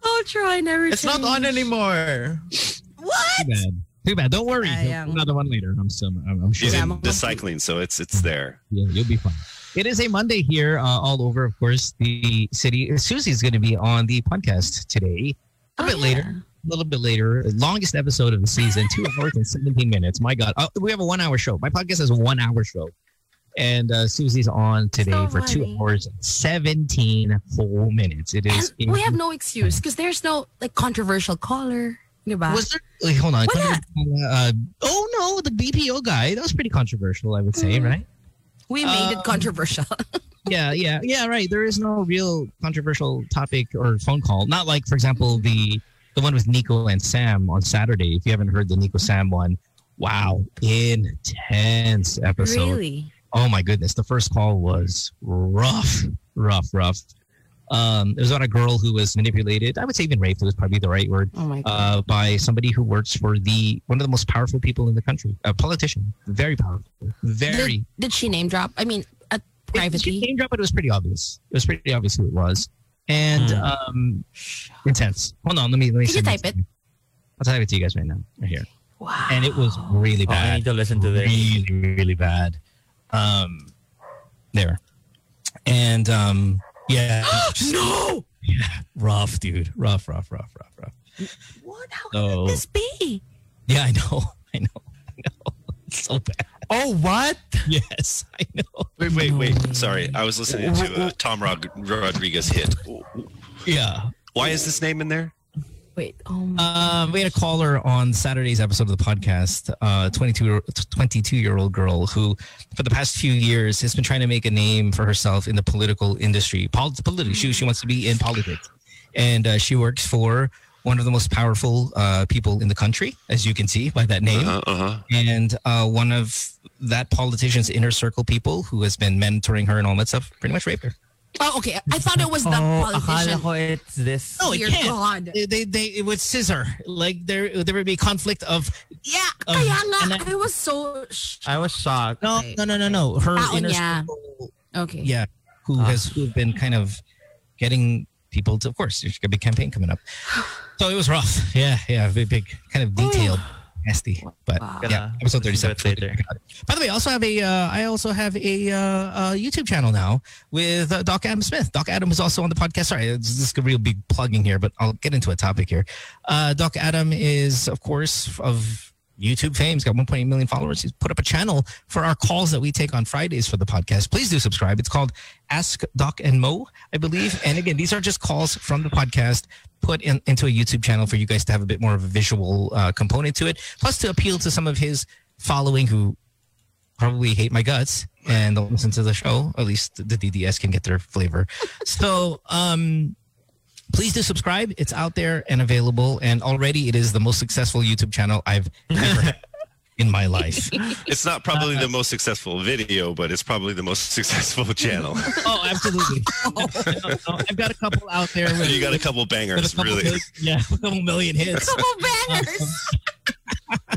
Oh, Troy, never
It's not on anymore.
What?
Too bad. Too bad. Don't worry.
Sayang.
Another one later. I'm, some, I'm, I'm sure.
He's
Yeah,
in
I'm-
the cycling, so it's it's there.
Yeah, you'll be fine. It is a Monday here, uh, all over, of course, the city. Susie's going to be on the podcast today. A bit later, a little bit later. Longest episode of the season, two hours and 17 minutes. My God. Uh, we have a one hour show. My podcast is a one hour show. And uh, Susie's on today
So
for two
funny.
hours, and 17 full minutes. It is.
And we have no excuse because there's no like controversial caller. Diba?
Was there? Wait, hold on.
Wala.
Uh, oh, no. The BPO guy. That was pretty controversial, I would say,
Mhm.
right?
we made
um,
it controversial.
yeah, yeah, yeah. Right. There is no real controversial topic or phone call. Not like, for example, the the one with Nico and Sam on Saturday. If you haven't heard the Nico Sam one, wow, intense episode.
really?
Oh my goodness, the first call was rough, rough, rough. Um, it was on a girl who was manipulated. I would say even raped. It was probably the right word
Oh my god.
uh, by somebody who works for the one of the most powerful people in the country, a politician, very powerful, very.
did, did she name drop? I mean, at
She
privately.
name drop, but it was pretty obvious. It was pretty obvious who it was, and
Hmm.
um, intense. Hold on, let me let me.
Can you
send
type
this
it?
to you. I'll type it to you guys right now, right here.
Wow.
And it was
Ah.
really
Oh, I
bad,
need to listen to this.
really really bad. Um, there, and um, yeah,
no.
yeah, rough, dude, rough, rough, rough, rough, rough.
What? How
So
could this be?
yeah, I know, I know, I know. It's so bad.
Oh, what?
Yes, I know.
Wait, wait, wait. Sorry, I was listening to uh, Tom Rod- Rodriguez hit.
Yeah.
Why is this name in there?
Wait. Oh my.
Um, we had a caller on Saturday's episode of the podcast, uh, 22, 22 year old girl who, for the past few years, has been trying to make a name for herself in the political industry. Pol- politics. She, she wants to be in politics. And uh, she works for one of the most powerful uh, people in the country, as you can see by that name
Uh huh.
and uh, one of that politician's inner circle people who has been mentoring her and all that stuff pretty much raped her.
oh, okay. I thought it was the
Oh, akala
politician.
ko it's this.
No, it
Dear
can't.
God.
They, they, they it would scissor like there there would be conflict of
Yeah.
Um,
kaya nga.
and I-
I was so. Sh-
I was shocked.
no
Right,
no no no no her
Taon
inner
niya.
circle
okay.
yeah who
Ah.
has who been kind of getting people to, of course, there's a big campaign coming up. So it was rough. Yeah, yeah, big, big, kind of detailed, nasty. But
Oh, Wow.
yeah, episode
Gonna
thirty-seven.
do it later.
By the way, I also have a, uh, I also have a uh, uh, YouTube channel now with uh, Doc Adam Smith. Doc Adam is also on the podcast. Sorry, it's- this is a real big plugging here, but I'll get into a topic here. Uh, Doc Adam is, of course, of YouTube fame. He's got 1.8 million followers. He's put up a channel for our calls that we take on Fridays for the podcast. Please do subscribe. It's called Ask Doc and Mo, I believe. And again, these are just calls from the podcast put in, into a YouTube channel for you guys to have a bit more of a visual uh, component to it, plus to appeal to some of his following who probably hate my guts and don't listen to the show. At least the DDS can get their flavor. So, um, please do subscribe. It's out there and available. And already it is the most successful YouTube channel I've ever had in my life.
It's not probably
Uh-huh.
the most successful video, but it's probably the most successful channel.
Oh, absolutely. I've got a couple out there. With,
you got a couple
with a
bangers,
couple
really.
million- yeah, a couple million hits.
Couple banners.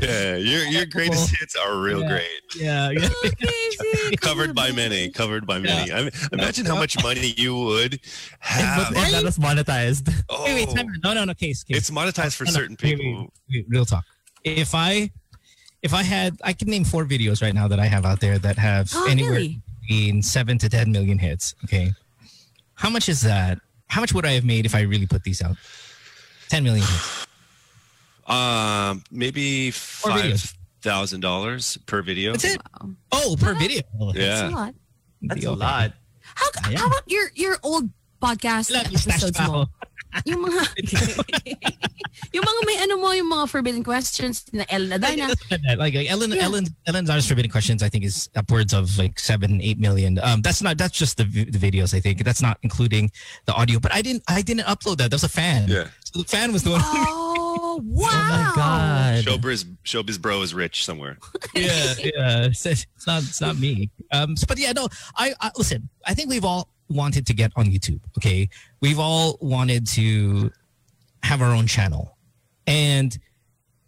Yeah, your your greatest hits are real
Yeah.
great.
Yeah, yeah.
Casey,
Covered by
couple
many,
banners.
covered by many. I mean, imagine how much money you would
But
have.
all that was monetized.
Oh,
Wait, wait, time out. no, no, no, case, case.
it's monetized for
No, no,
certain
wait, wait,
people.
wait, real talk. If I, if I had, I can name four videos right now that I have out there that have
Oh,
anywhere
really?
between seven to ten million hits. Okay, how much is that? How much would I have made if I really put these out? Ten million hits.
Um, maybe
Or
five
videos.
thousand dollars per video.
That's it.
Wow.
Oh, per video.
Yeah.
That's a lot.
That's a lot.
How,
Yeah.
how about your, your old podcast
Love you, stash
episodes mo?
tobacco.
Yung mga, yung mga may ano mo, yung mga forbidden questions na El Nadina.
Like, like Ellen,
Yeah.
Ellen, Ellen's honest forbidden questions. I think is upwards of like seven, eight million. Um, that's not. That's just the, vi- the videos. I think that's not including the audio. But I didn't. I didn't upload that. That was a fan.
Yeah.
So the fan was the one.
Oh, wow.
Oh my god.
Showbiz, showbiz bro is rich somewhere.
yeah, yeah. It's, it's not it's not me. Um, so- but yeah, no. I, I listen. I think we've all wanted to get on YouTube. Okay, we've all wanted to have our own channel, and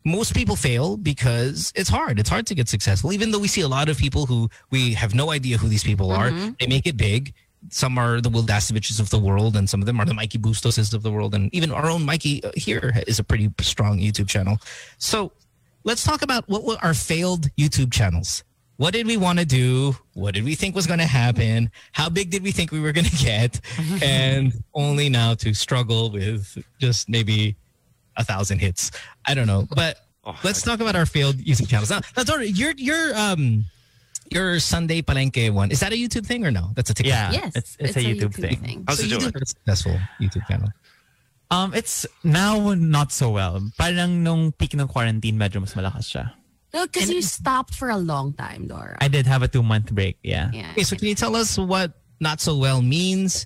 most people fail because it's hard. It's hard to get successful, even though we see a lot of people who we have no idea who these people are. They make it big. Some are the Will Dasoviches of the world, and some of them are the Mikey Bustoses of the world, and even our own Mikey uh, here is a pretty strong YouTube channel. So let's talk about what were our failed YouTube channels. What did we want to do? What did we think was going to happen? How big did we think we were going to get? and only now to struggle with just maybe a thousand hits. I don't know, but
Oh,
let's talk about our failed YouTube channels. Now, now Dora, your your um your Sunday Palenque one is that a YouTube thing or no? That's a TikTok.
Yeah.
Yes.
It's, it's, a YouTube, thing.
How's
so
it
you
doing?
did have a successful YouTube channel.
Um, it's now not so well. Parang nung peak ng quarantine, medyo mas malakas siya.
No, because you stopped for a long time, Dora.
I did have a two month break. Yeah.
yeah.
Okay, so can you tell us what not so well means?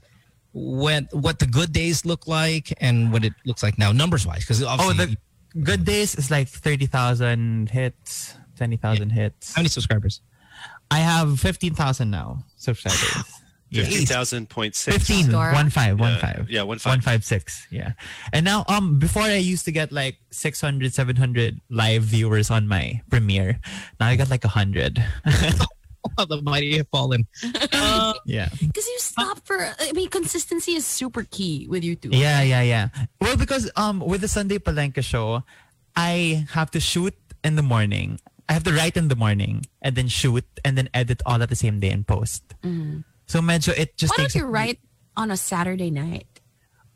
What what the good days look like and what it looks like now, numbers wise? Because
Oh,
obviously,
the good days is like 30,000 hits, 20,000 hits.
how many subscribers?
I have 15,000 now subscribers. Yeah.
Fifteen thousand point six.
15,
Dora?
one five, one
Yeah,
five.
yeah, one five.
One five six, yeah. And now, um, before I used to get like 600, 700 live viewers on my premiere. Now I got like 100.
Oh, the mighty have fallen.
yeah.
Because you stopped for, I mean, consistency is super key with YouTube.
Yeah, yeah, yeah. Well, because um, with the Sunday Palenque show, I have to shoot in the morning. I have to write in the morning and then shoot and then edit all at the same day and post.
Mm-hmm.
So medyo it just
Why
takes
don't you write on a Saturday night?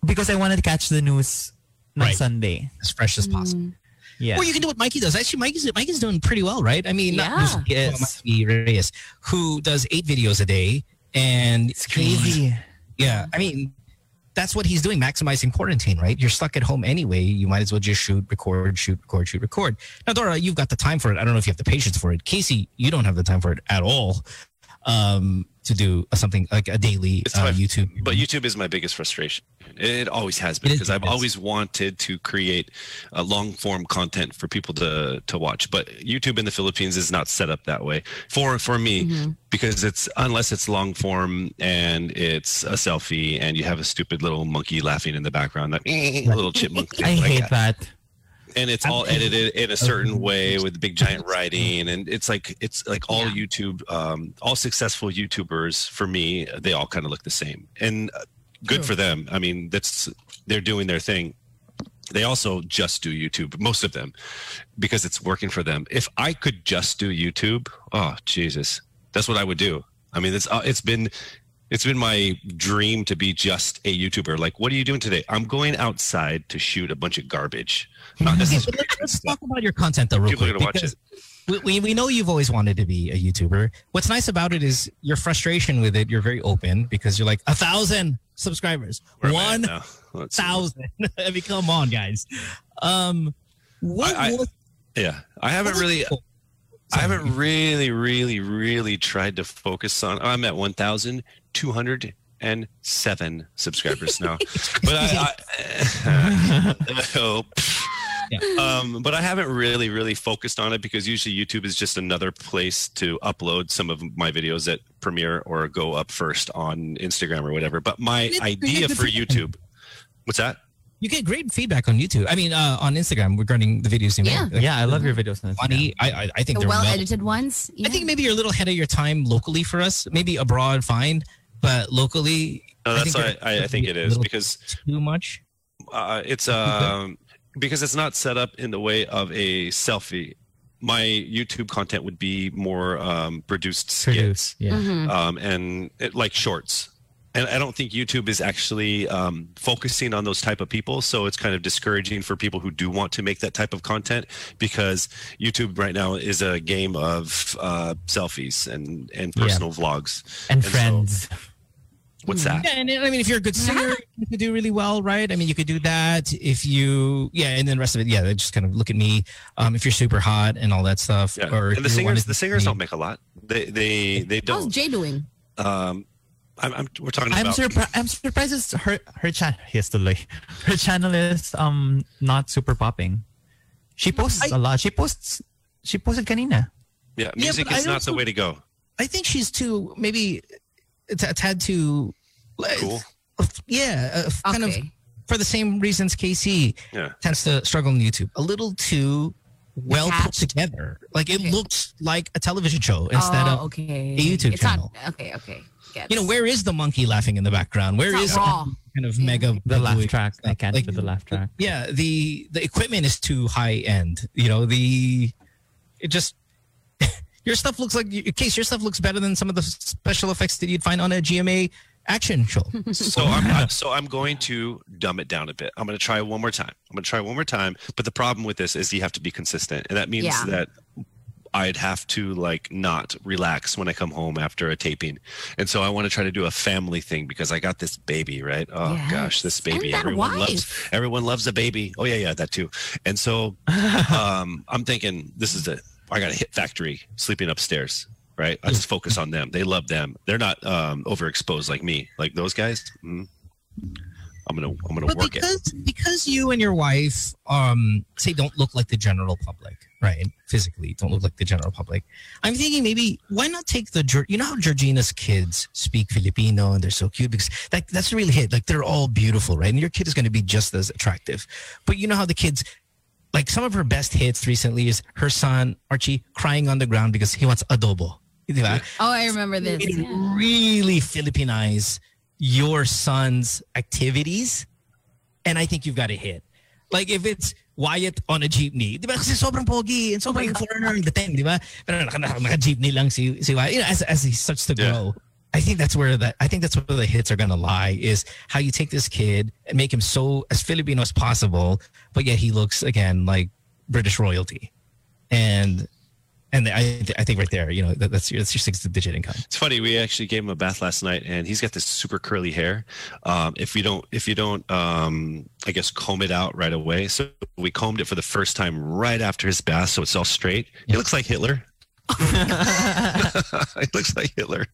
because I wanted to catch the news on
Right.
Sunday.
As fresh
Mm.
as possible.
Mm-hmm.
Yeah.
Well, you can do what Mikey does. Actually, Mikey's Mikey's doing pretty well, right? I mean, not
Yeah.
just
Yes.
Mikey Reyes, who does eight videos a day, and
it's crazy.
Yeah, I mean, that's what he's doing, maximizing quarantine, right? You're stuck at home anyway. You might as well just shoot, record, shoot, record, shoot, record. Now, Dora, you've got the time for it. I don't know if you have the patience for it. Casey, you don't have the time for it at all um, to do something like a daily
It's
uh,
tough,
YouTube.
But YouTube is my biggest frustration. It always has been
It is,
because I've
it is.
always wanted to create uh, long form content for people to to watch. But YouTube in the Philippines is not set up that way for for me
Mm-hmm.
because it's unless it's long form and it's a selfie and you have a stupid little monkey laughing in the background, that little chipmunk. thing
I
like
hate
that.
that.
and it's all edited in a certain way with big giant writing and it's like it's like all youtube um all successful youtubers for me they all kind of look the same and uh, good for them. I mean, that's they're doing their thing. They also just do YouTube, most of them, because it's working for them. If I could just do YouTube, oh Jesus, that's what I would do. I mean, it's uh, it's been it's been my dream to be just a YouTuber. Like, what are you doing today? I'm going outside to shoot a bunch of garbage. Not
Okay, but
necessarily.
let's, let's talk about your content though, real
People are
quick.
gonna
because
watch it.
We, we, we know you've always wanted to be a YouTuber. What's nice about it is your frustration with it. You're very open because you're like a thousand subscribers,
Where am I at
one
now? Let's see.
thousand. I mean, come on, guys. Um, what
I- I-
was-
Yeah, I haven't
what was-
really I haven't really, really, really tried to focus on. I'm at 1,207 subscribers now, but I, I oh, pff.
Yeah.
um, but I haven't really, really focused on it because usually YouTube is just another place to upload some of my videos that premiere or go up first on Instagram or whatever. But my
It's really
idea
good
for
for them.
YouTube, what's that?
You get great feedback on YouTube. I mean, uh, on Instagram regarding the videos you
Yeah.
make. Like,
Yeah, I love your videos. on Instagram.
Funny. I, I I think
The
they're well
well-edited ones.
I think maybe you're a little ahead of your time locally for us. Maybe abroad, fine, but locally,
No,
I
that's
think
I,
you're-
I, I think it is
Little-
because
too much.
uh, it's um because it's not set up in the way of a selfie. My YouTube content would be more um, produced skits
Produced. Mm-hmm. Yeah.
Mm-hmm.
um, and it, like shorts. And I don't think YouTube is actually um, focusing on those type of people, so it's kind of discouraging for people who do want to make that type of content because YouTube right now is a game of uh, selfies and and
Yeah.
personal vlogs.
and
so-
friends.
What's that?
Yeah, and then, I mean, if you're a good singer, you could do really well, right? I mean, you could do that if you, yeah, and then the rest of it, yeah, they just kind of look at me. Um, if you're super hot and all that stuff,
Yeah.
or if
and the
you
singers,
wanted
the singers
to-
don't make a lot. They they they
How's
don't.
Jay doing?
Um, I'm, I'm we're talking
I'm
about.
surprised. I'm surprised. It's her her channel. Yes, tuloy. Her channel is um not super popping. She posts a lot. She posts. She posted kanina.
Yeah,
Yeah,
music
but I
is not
also-
the way to go.
I think she's too maybe a t- a tad too
Cool.
Yeah, uh, kind of
Okay.
for the same reasons KC
Yeah.
tends to struggle on YouTube. A little too well put
Attached.
together. Like it
Okay.
looks like a television show instead
oh,
of
okay.
uh, a YouTube
it's
channel.
Not, okay, okay. Gets.
you know where is the monkey laughing in the background? Where
It's not
is
raw.
kind of
Yeah.
mega
The laugh
big-
track. I can't
Like-
do the laugh track.
yeah the the equipment is too high end you know the it just your stuff looks like case your stuff looks better than some of the special effects that you'd find on a gma action show
So I'm I'm- so I'm going to dumb it down a bit. I'm going to try one more time. I'm going to try one more time. But the problem with this is you have to be consistent, and that means
Yeah.
that I'd have to like not relax when I come home after a taping. And so I want to try to do a family thing because I got this baby, right? Oh gosh, this
And
baby.
that
Everyone loves
wife.
everyone loves a baby. Oh yeah, yeah, that too. And so um, I'm thinking this is it. I got a hit factory sleeping upstairs, right? I just focus on them. They love them. They're not um, overexposed like me, like those guys. mm, I'm gonna I'm gonna
but
work it.
because because you and your wife um say don't look like the general public right physically don't look like the general public i'm thinking maybe why not take the Geor- you know how georgina's kids speak filipino and they're so cute because that, that's really hit like they're all beautiful right and your kid is going to be just as attractive but you know how the kids like some of her best hits recently is her son archie crying on the ground because he wants adobo Di ba?
Oh, I remember this.
it
Yeah.
really Philippinize your son's activities, and I think you've got a hit. Like if it's Wyatt on a jeepney, di ba? Kasi sobrang pogi and sobrang foreigner at the time, di ba? Pero naka, naka, naka jeepney lang si, si Wyatt. You know, as, as he starts to
Yeah.
grow, I think that's where the I think that's where the hits are gonna lie is how you take this kid and make him so as Filipino as possible, but yet he looks again like British royalty, and and I I think right there, you know, that, that's your that's your six digit income.
It's funny. We actually gave him a bath last night, and he's got this super curly hair. Um, if you don't, if you don't, um, I guess comb it out right away. So we combed it for the first time right after his bath, so it's all straight. He looks like Hitler. he looks like Hitler.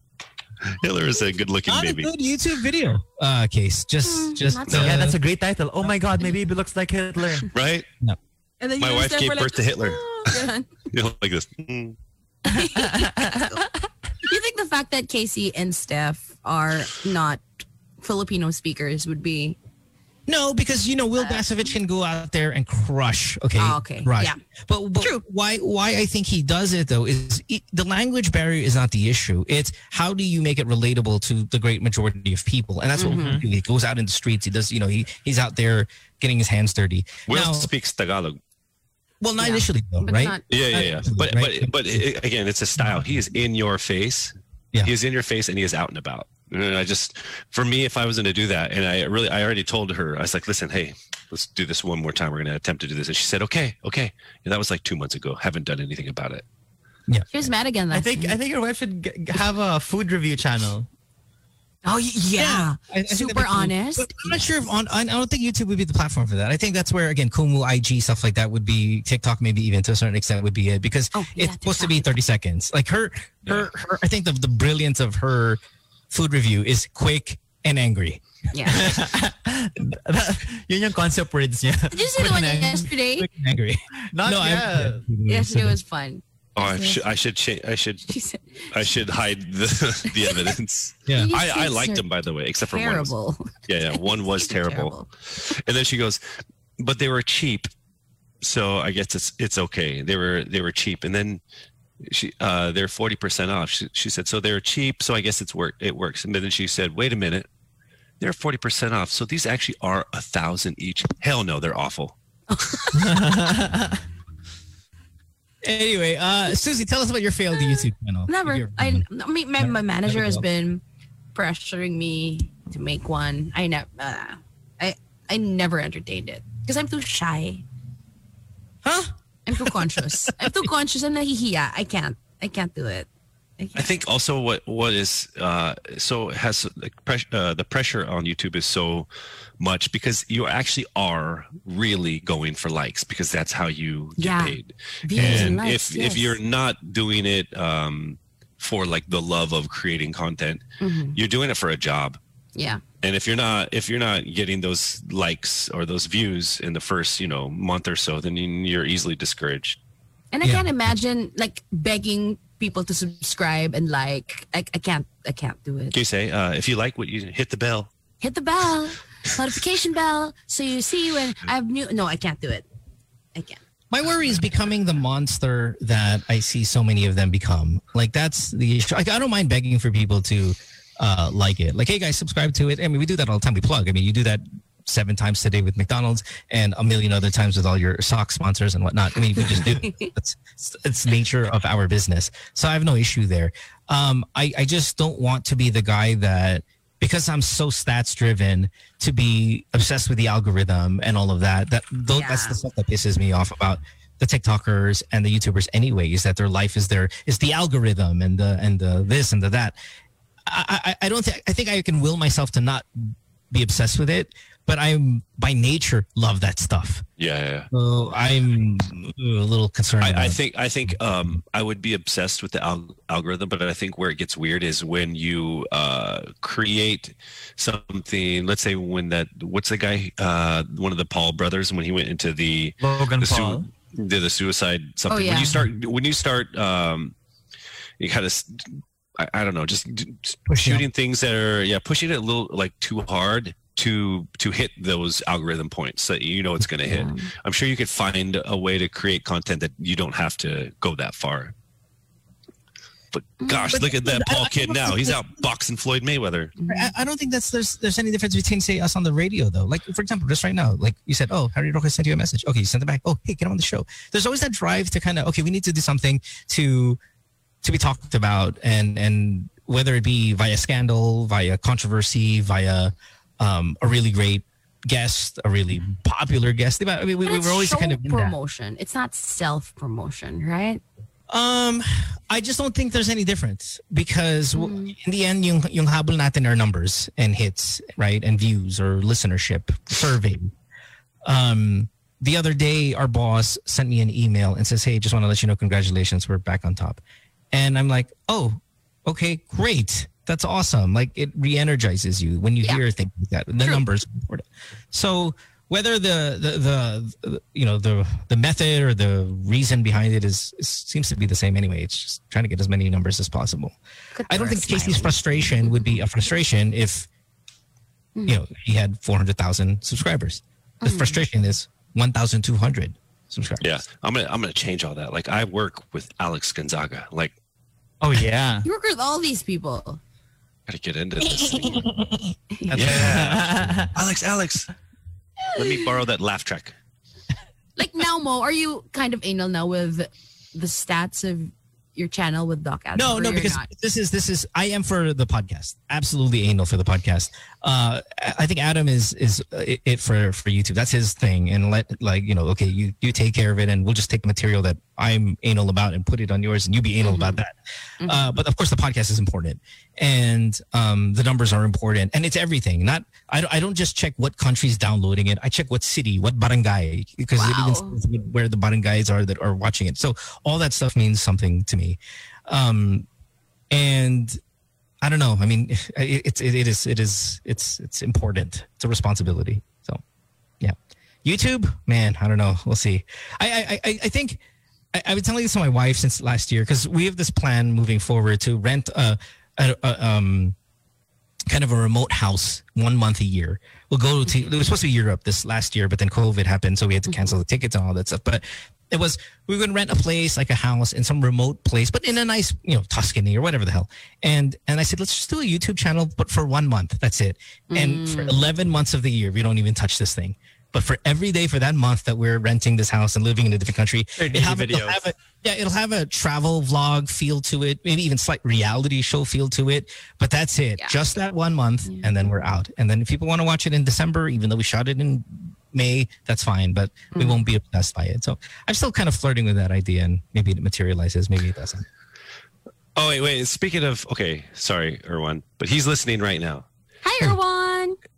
Hitler is a good-looking
not
baby.
a good YouTube video uh, case. Just,
Mm,
just
not
Yeah,
uh,
that's a great title. Oh my God, my baby looks like Hitler.
right?
And then
My
you
wife
just
gave
were
birth to Hitler.
"Ah,"
You know, like this. Mm.
You think the fact that Casey and Steph are not Filipino speakers would be
No, because you know Will Dasovich can go out there and crush. Okay.
Ah, Uh, okay.
Right.
Yeah.
But, but
True.
why why I think he does it though is it, the language barrier is not the issue. It's how do you make it relatable to the great majority of people, and that's what we
Mm-hmm.
do. he goes out in the streets. He does. You know, he he's out there getting his hands dirty.
Will
Now-
speaks Tagalog.
well, not
Yeah.
initially though,
But
right?
not-
Yeah, yeah, yeah. But
Right.
but but i- again, it's a style. He is in your face.
Yeah.
He is in your face and he is out and about. And I just for me, if I was gonna do that, and I really I already told her, I was like, listen, hey, let's do this one more time. We're gonna attempt to do this. And she said, Okay, okay. And that was like two months ago. Haven't done anything about it.
She was mad again
I
last
think
night.
I think your wife should g- g- have a food review channel.
oh, y- yeah.
I- I think that'd
Super
be cool.
honest.
But I'm not sure if on, I don't think YouTube would be the platform for that. I think that's where again Kumu, IG stuff like that would be TikTok maybe even to a certain extent would be it because
Oh, yeah,
it's supposed to be 30 seconds. Like her, her, her I think the, the brilliance of her food review is quick and angry.
Yeah.
Yun yung concept words niya.
Did you see the
Quick
one
na-
yesterday?
Quick and angry.
Not
I-
yet.
Yesterday was fun.
Oh, I should I should cha- I should
She said,
I should hide the the evidence.
Yeah.
These
I, I
kids
liked
are
them by the way, except for one.
Terrible.
Was, yeah, yeah. One was terrible. And then she goes, "But they were cheap, so I guess it's it's okay. They were they were cheap." And then she uh, they're forty percent off. She, she said, "So they're cheap, so I guess it's work it works." And then she said, "Wait a minute, they're forty percent off. So these actually are a thousand each. Hell no, they're awful."
Anyway, uh, Susie, tell us about your failed YouTube channel.
Uh, Never.
Your-
I, I mean, my, my manager
Never
has
will.
been pressuring me to make one. I never, uh, I, I never entertained it because I'm too shy.
Huh?
I'm too conscious. I'm too conscious. I'm nahihiya. I can't. I can't do it. I
I
can't.
think also what what is uh, so has the pressure uh, the pressure on YouTube is so much because you actually are really going for likes because that's how you get
Yeah.
paid.
Views
And
and likes,
if
yes.
if you're not doing it um, for like the love of creating content,
Mhm.
you're doing it for a job.
yeah,
And if you're not if you're not getting those likes or those views in the first you know month or so, then you're easily discouraged.
and I
Yeah.
can't imagine like begging people to subscribe and like. I, I can't. I can't do it.
Can you say uh, if you like what you hit the bell?
Hit the bell, notification bell, so you see when I have new. No, I can't do it. I can't.
My worry is becoming the monster that I see so many of them become. Like that's the issue. Like I don't mind begging for people to uh, like it. Like hey guys, subscribe to it. I mean we do that all the time. We plug. I mean you do that seven times today with McDonald's and a million other times with all your sock sponsors and whatnot. I mean we just do. it's, it's nature of our business. So I have no issue there. Um, I I just don't want to be the guy that because I'm so stats driven to be obsessed with the algorithm and all of that. That tho- that's the
Yeah.
stuff that pisses me off about the TikTokers and the YouTubers anyway is that their life is their is the algorithm and the and the this and the that. I I, I don't think I think I can will myself to not be obsessed with it, but I'm by nature love that stuff.
Yeah, yeah, yeah.
So I'm a little concerned.
I,
about
I
it.
think I think um, I would be obsessed with the al- algorithm, but I think where it gets weird is when you uh, create something. Let's say when that what's the guy uh, one of the Paul brothers when he went into the
Logan
the, sui-
Paul.
did the suicide something. When
yeah.
you start when you start um, you kind of I, I don't know just d- d-
Pushing
shooting things that are yeah pushing it a little like too hard to to hit those algorithm points that you know it's going to hit. I'm sure you could find a way to create content that you don't have to go that far. But gosh, look at that Paul kid now. He's out boxing Floyd Mayweather.
I, I don't think that's there's there's any difference between say us on the radio though. Like for example, just right now, like you said, oh Harry Roca sent you a message. Okay, you sent it back. Oh hey, get on the show. There's always that drive to kind of okay, we need to do something to to be talked about and and whether it be via scandal, via controversy, via um, a really great guest, a really popular guest. I mean, we,
Mm-hmm. But
we
it's
were always
show
kind of in that.
promotion. It's not self promotion, right?
Um, I just don't think there's any difference because w- in the end, yung, yung habol natin are numbers and hits, right? And views or listenership, survey. Um, the other day, our boss sent me an email and says, Hey, just want to let you know, congratulations, we're back on top. And I'm like, Oh, okay, great. That's awesome. Like it re energizes you when you
Yeah.
hear things like that. The numbers. are important. So, whether the, the the the- you know the the method or the reason behind it is, is seems to be the same anyway. It's just trying to get as many numbers as possible. I don't think Casey's frustration would be a frustration if you know, he had 400,000 subscribers. The frustration is 1,200 subscribers.
Yeah, I'm gonna I'm gonna change all that. Like I work with Alex Gonzaga. Like
Oh yeah.
You work with all these people.
gotta get into this. Thing.
That's-
yeah, Alex, Alex, let me borrow that laugh track.
Like now, Mo, are you kind of anal now with the stats of your channel with Doc Adler?
No,
or
no,
you're
because
not?
this is this is I am for the podcast. Absolutely anal for the podcast. Uh, I I think Adam is is uh, it it for for YouTube. That's his thing. And let like you know, okay, you you take care of it, and we'll just take material that I'm anal about and put it on yours, and you be anal
Mm-hmm.
about that. Uh, but of course, the podcast is important, and um, the numbers are important, and it's everything. Not I don't, I don't just check what country's downloading it. I check what city, what barangay, because it even
Wow.
says where the barangays are that are watching it. So all that stuff means something to me. Um, and I don't know. I mean, it, it, it is it is it's it's important. It's a responsibility. So, yeah, YouTube, man, I don't know. We'll see. I I I, I think I, I've been telling this to my wife since last year because we have this plan moving forward to rent a, a, a um kind of a remote house one month a year. We'll go to it was supposed to be Europe this last year, but then COVID happened, so we had to cancel the tickets and all that stuff. But it was we were going to rent a place like a house in some remote place, but in a nice you know Tuscany or whatever the hell. And and I said let's just do a YouTube channel, but for one month, that's it. And for eleven months of the year, we don't even touch this thing. But for every day for that month that we're renting this house and living in a different country,
They're
it'll have,
daily
it'll
videos.
have a yeah, it'll have a travel vlog feel to it, maybe even slight reality show feel to it. But that's it.
Yeah.
Just that one month, and then we're out. And then if people want to watch it in December, even though we shot it in May, that's fine. But we won't be obsessed by it. So I'm still kind of flirting with that idea, and maybe it materializes, maybe it doesn't.
Oh wait, wait. Speaking of, okay, sorry, Erwan, but he's listening right now.
Hi, Erwan.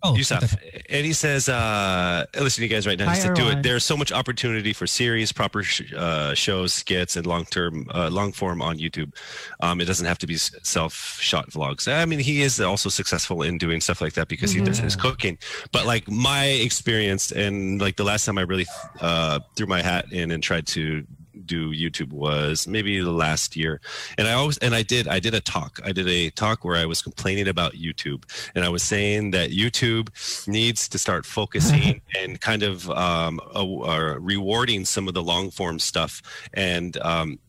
Oh,
You stop. And he says, uh, listen, you guys, right now, he
Hi,
said, do it.
Erwan.
There's so much opportunity for series, proper sh- uh, shows, skits, and long term, uh, long form on YouTube. Um, it doesn't have to be self shot vlogs. I mean, he is also successful in doing stuff like that because he does his cooking. But like my experience, and like the last time I really uh, threw my hat in and tried to do YouTube was maybe the last year. And I always and I did I did a talk. I did a talk where I was complaining about YouTube and I was saying that YouTube needs to start focusing and kind of um, uh, uh, rewarding some of the long form stuff and um,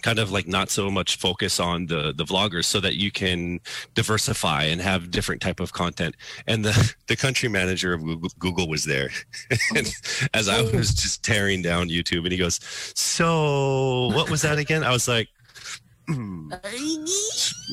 kind of like not so much focus on the the vloggers so that you can diversify and have different type of content and the the country manager of google, google was there and as i was just tearing down youtube and he goes so what was that again i was like "Hmm."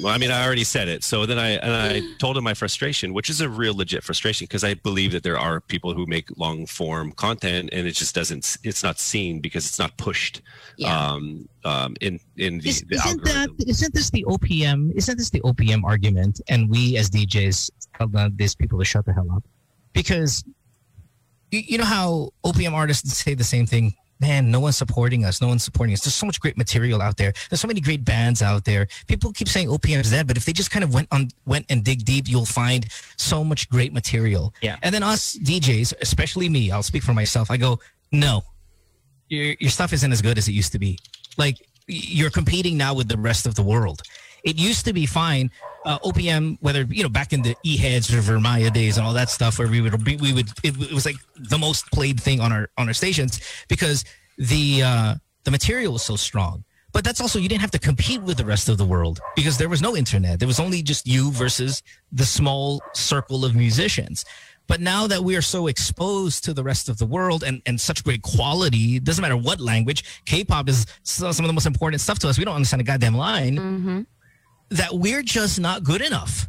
well, I mean, I already said it. So then I and I told him my frustration, which is a real legit frustration because I believe that there are people who make long form content and it just doesn't. It's not seen because it's not pushed
Yeah.
um, um, in in the,
Is,
the
isn't that
algorithm.
isn't this the OPM? Isn't this the OPM argument? And we as DJs tell the- these people to shut the hell up because you, you know how OPM artists say the same thing. Man, no one's supporting us. No one's supporting us. There's so much great material out there. There's so many great bands out there. People keep saying OPM is dead, but if they just kind of went on, went and dig deep, you'll find so much great material.
Yeah.
And then us DJs, especially me, I'll speak for myself. I go, no, your your stuff isn't as good as it used to be. Like y- you're competing now with the rest of the world. It used to be fine. Uh, OPM, whether you know back in the E heads or Vermaya days and all that stuff, where we would be, we would it, w- it was like the most played thing on our on our stations because the uh, the material was so strong. But that's also you didn't have to compete with the rest of the world because there was no internet. There was only just you versus the small circle of musicians. But now that we are so exposed to the rest of the world and, and such great quality, it doesn't matter what language, K-pop is so- some of the most important stuff to us. We don't understand a goddamn line
Mm-hmm.
that we're just not good enough.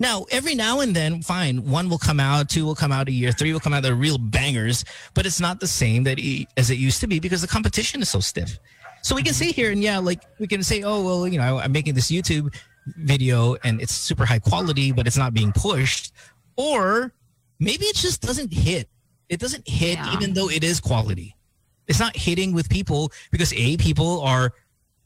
Now, every now and then, fine, one will come out, two will come out a year, three will come out, they're real bangers, but it's not the same that e- as it used to be because the competition is so stiff. So we can sit here and yeah, like we can say, oh well, you know, I'm making this YouTube video and it's super high quality, but it's not being pushed, or maybe it just doesn't hit. It doesn't hit
Yeah.
even though it is quality. It's not hitting with people because a people are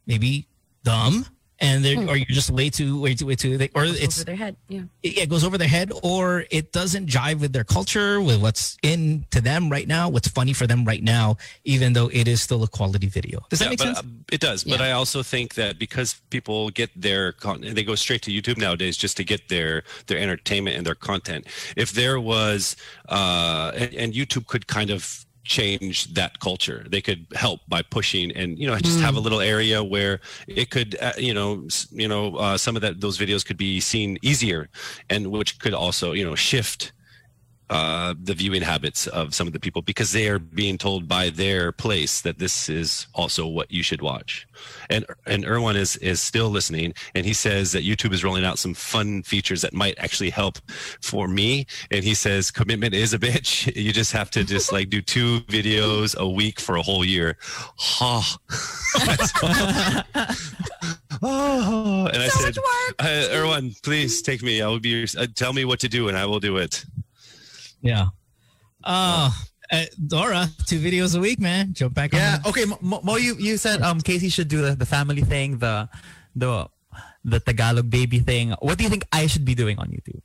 maybe dumb and
Hmm.
they're or you're just way too way too way too they, or
over
it's
their head. Yeah.
it it goes over their head or it doesn't jive with their culture with what's in to them right now what's funny for them right now even though it is still a quality video does that
Yeah,
make
but,
sense
uh, it does. But
Yeah.
I also think that because people get their content, they go straight to YouTube nowadays just to get their their entertainment and their content. If there was, uh, and, and YouTube could kind of change that culture they could help by pushing and you know just have a little area where it could uh, you know s- you know uh, some of that those videos could be seen easier and which could also you know shift uh, the viewing habits of some of the people because they are being told by their place that this is also what you should watch. And and Erwan is is still listening, and he says that YouTube is rolling out some fun features that might actually help for me. And he says commitment is a bitch. You just have to just like do two videos a week for a whole year. Ha. oh, and I
So
said,
much work.
uh, Erwan, please take me. I will be. Your, uh, tell me what to do, and I will do it.
yeah uh, uh dora two videos a week man jump back
Yeah.
on
Okay. Mo- Mo, Mo, you you said um Casey should do the, the family thing, the the the Tagalog baby thing. What do you think I should be doing on YouTube?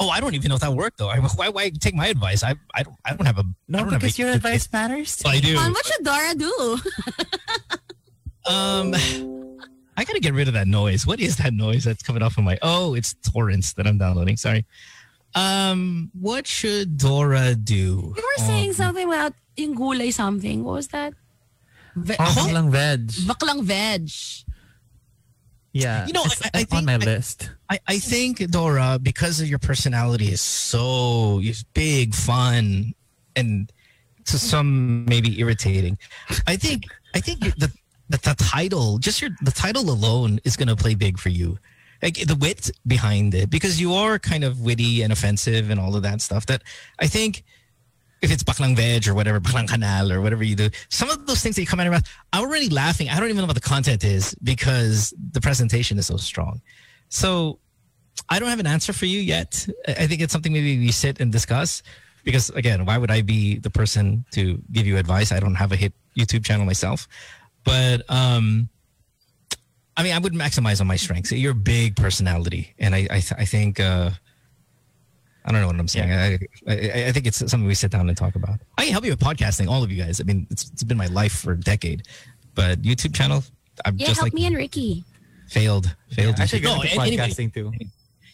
oh i don't even know if that worked though I, why why take my advice i i don't, I don't have a I
No,
don't
because
have a,
your advice matters.
i do
Um, what should Dora do?
Um, I gotta get rid of that noise. What is that noise that's coming off of my? Oh, it's torrents that I'm downloading. Sorry. Um, what should Dora do?
You were saying
Um,
something about yung gulay something. What was that? Ve-
Oh,
Ho-
lang veg.
baklang veg.
Yeah.
You know,
it's
I- I
on
think
my
I-
list.
I, I think Dora, because of your personality is so is big, fun, and to some maybe irritating. I think I think the the, the title, just your the title alone is gonna play big for you. Like the wit behind it, because you are kind of witty and offensive and all of that stuff. That I think if it's baklang veg or whatever, baklang kanal or whatever you do, some of those things that you come out of your mouth, I'm already laughing. I don't even know what the content is because the presentation is so strong. So I don't have an answer for you yet. I I think it's something maybe we sit and discuss because again, why would I be the person to give you advice? I don't have a hit YouTube channel myself. But um I mean, I would maximize on my strengths. You're a big personality, and I, I, I think, uh, I don't know what I'm saying. I, I, I think it's something we sit down and talk about. I can help you with podcasting, all of you guys. I mean, it's, it's been my life for a decade, but YouTube channel, I'm
Yeah,
just
help
like
me and Ricky.
failed, failed.
I should
YouTube.
go
No,
into
and anybody.
podcasting too.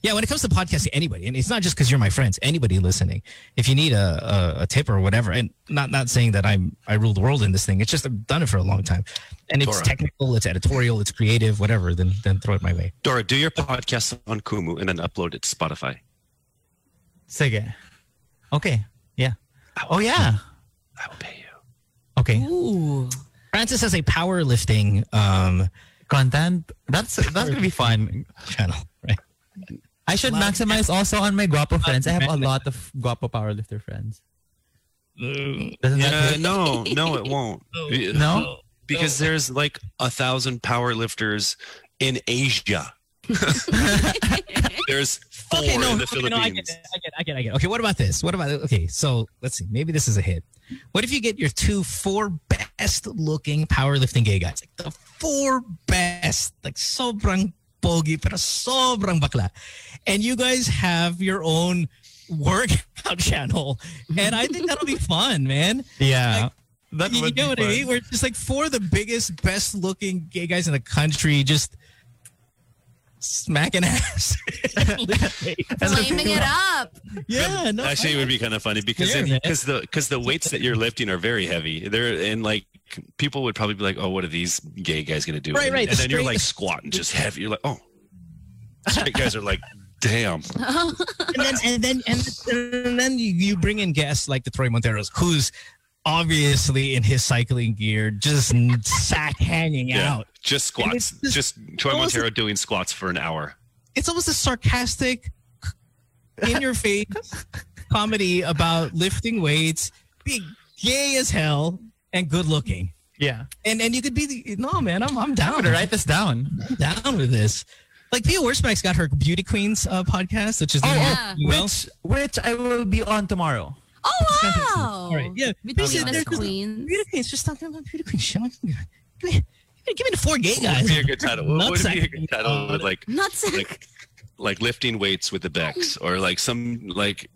Yeah, when it comes to podcasting, anybody, and it's not just because you're my friends. Anybody listening, if you need a, a, a tip or whatever, and not not saying that I'm I rule the world in this thing. It's just I've done it for a long time, and it's
Torah.
technical, it's editorial, it's creative, whatever. Then then throw it my way.
Dora, do your podcast on Kumu and then upload it to Spotify.
Sige. Okay. Yeah. Oh yeah.
I will pay you.
Okay.
Ooh.
Francis has a powerlifting um,
Content. That's that's gonna be fun.
channel, right?
I should
Love-
maximize also on my guapo friends. I have a
man.
lot of guapo powerlifter friends. Doesn't that
Uh, no, no, it won't.
No?
Because
Oh.
there's like a thousand power lifters in Asia. there's four in the
no, I
Philippines.
get, it, I get, it, I get, it, I get. it. Okay, what about this? What about okay? So let's see. Maybe this is a hit. What if you get your two four best looking powerlifting gay guys, like the four best, like sobrang pogi pero sobrang bakla, and you guys have your own workout channel, and I think that'll be fun, man.
Yeah. That
You
would
know
be
what I
fun.
mean? We're just like four of the biggest, best looking gay guys in the country, just smacking ass.
Flaming it up.
yeah, no.
Actually, it would be kind of funny because
Fair,
then-
man.
because the because the weights that you're lifting are very heavy. They're and like people would probably be like, "Oh, what are these gay guys gonna do?"
Right,
and,
right,
And
the
then you're
straight-
like squatting, just heavy. You're like, "Oh." Straight guys are like, "Damn."
and then and then and, and then you, you bring in guests like the Troy Monteros, who's obviously in his cycling gear, just n- sack hanging out.
Just squats.
it's
Just Troy
what was
Montero doing squats for an hour.
It's almost a sarcastic, in your face comedy about lifting weights, being gay as hell, and good looking.
Yeah.
And and you could be the, no man, I'm I'm down.
I'm gonna write this down.
I'm down with this. Like Pia Worsmack's got her Beauty Queens uh, podcast, which is
Oh,
Yeah.
well,
Which which I will be on tomorrow.
Oh, wow.
All right, yeah.
Between
Because
us
they're-
queens.
Beauty Queens, just talking about Beauty Queens. Shall I- Hey, give me the four gay
What would
guys.
be a good title? What would be a
Nutsack.
good title? With like
Nuts.
like like lifting weights with the Becks
Oh.
or like some like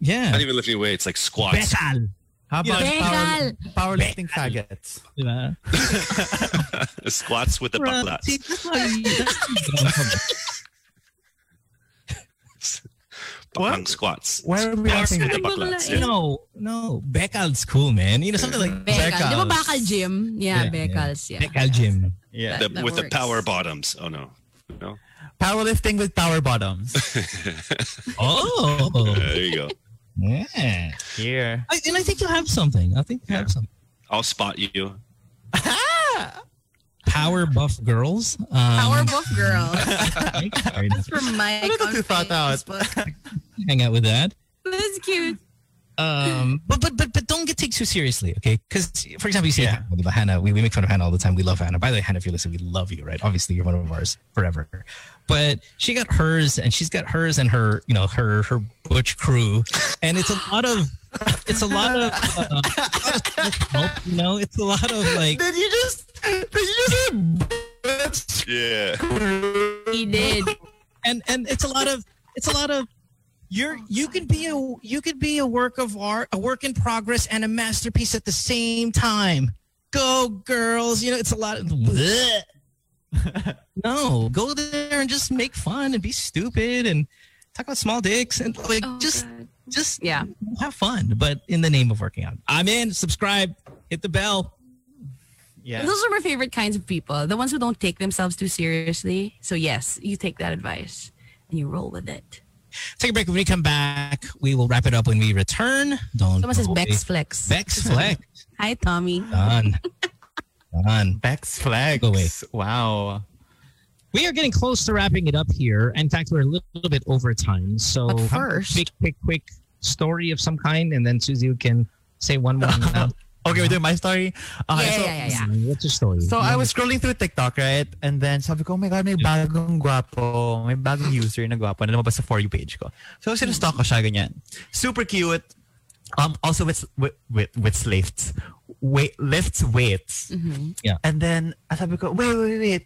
not
Yeah.
even lifting weights like squats.
Betal.
How
Yeah.
about
Legal.
power, powerlifting faggots?
Yeah.
squats with the
Right.
bakla.
See, that's why you- that's-
Baklang squats.
Where are we
Squats
laughing
with
at?
the baklats. Yeah.
No, no. Becal's cool, man. You know, something like
Becal. Di ba
Becals.
Bacal Gym?
Yeah,
Yeah,
yeah.
Becals. Yeah.
Becal Gym.
Yeah.
The-
That
with the
works.
power bottoms. Oh no. No.
Powerlifting with power bottoms.
Oh.
Uh, there you go.
Yeah.
Here.
I, and I think you have something. I think you have something.
I'll spot you.
Power buff girls. Um,
Power buff girl.
Sorry,
That's from my.
A little too thought out.
hang out with that.
That's cute.
Um, but but but but don't get take too seriously, okay? Because for example, you see
Yeah.
Hannah, about Hannah. We, we make fun of Hannah all the time. We love Hannah. By the way, Hannah, if you listen, we love you, right? Obviously, you're one of ours forever. But she got hers, and she's got hers, and her you know her her butch crew, and it's a lot of it's a lot of uh, help, you know, it's a lot of like
Did you just? Did you just? say-
Yeah.
He did.
and and it's a lot of it's a lot of you're you can be a you could be a work of art a work in progress and a masterpiece at the same time go girls you know it's a lot of bleh. no go there and just make fun and be stupid and talk about small dicks and like
Oh,
just
God.
just
Yeah.
have fun but in the name of working out i'm in subscribe hit the bell
Yeah.
Those are my favorite kinds of people. The ones who don't take themselves too seriously. So yes, you take that advice and you roll with it.
take a break when we come back we will wrap it up when we return don't
Someone says
go away.
Bex Flex.
Bex Fleck.
Hi, Tommy.
Done. Done.
Beck's flags.
Go away.
Wow.
We are getting close to wrapping it up here. In fact, we're a little, little bit over time. So,
But
how about
first-
quick, quick, quick story of some kind, and then Susie you can say one more. now.
Okay, we're doing my story. Okay,
yeah,
so,
yeah, yeah, yeah. uh,
What's your story?
So I was scrolling through TikTok, right? And then sabi ko, oh my God, may bagong guwapo. May bagong user na guwapo na lumabas sa For You page ko. So sinustalk ko siya, ganyan. Super cute. Um, also with, with, with, with lifts. Weight, lifts weights.
Yeah.
And then ah, sabi ko, wait, wait, wait.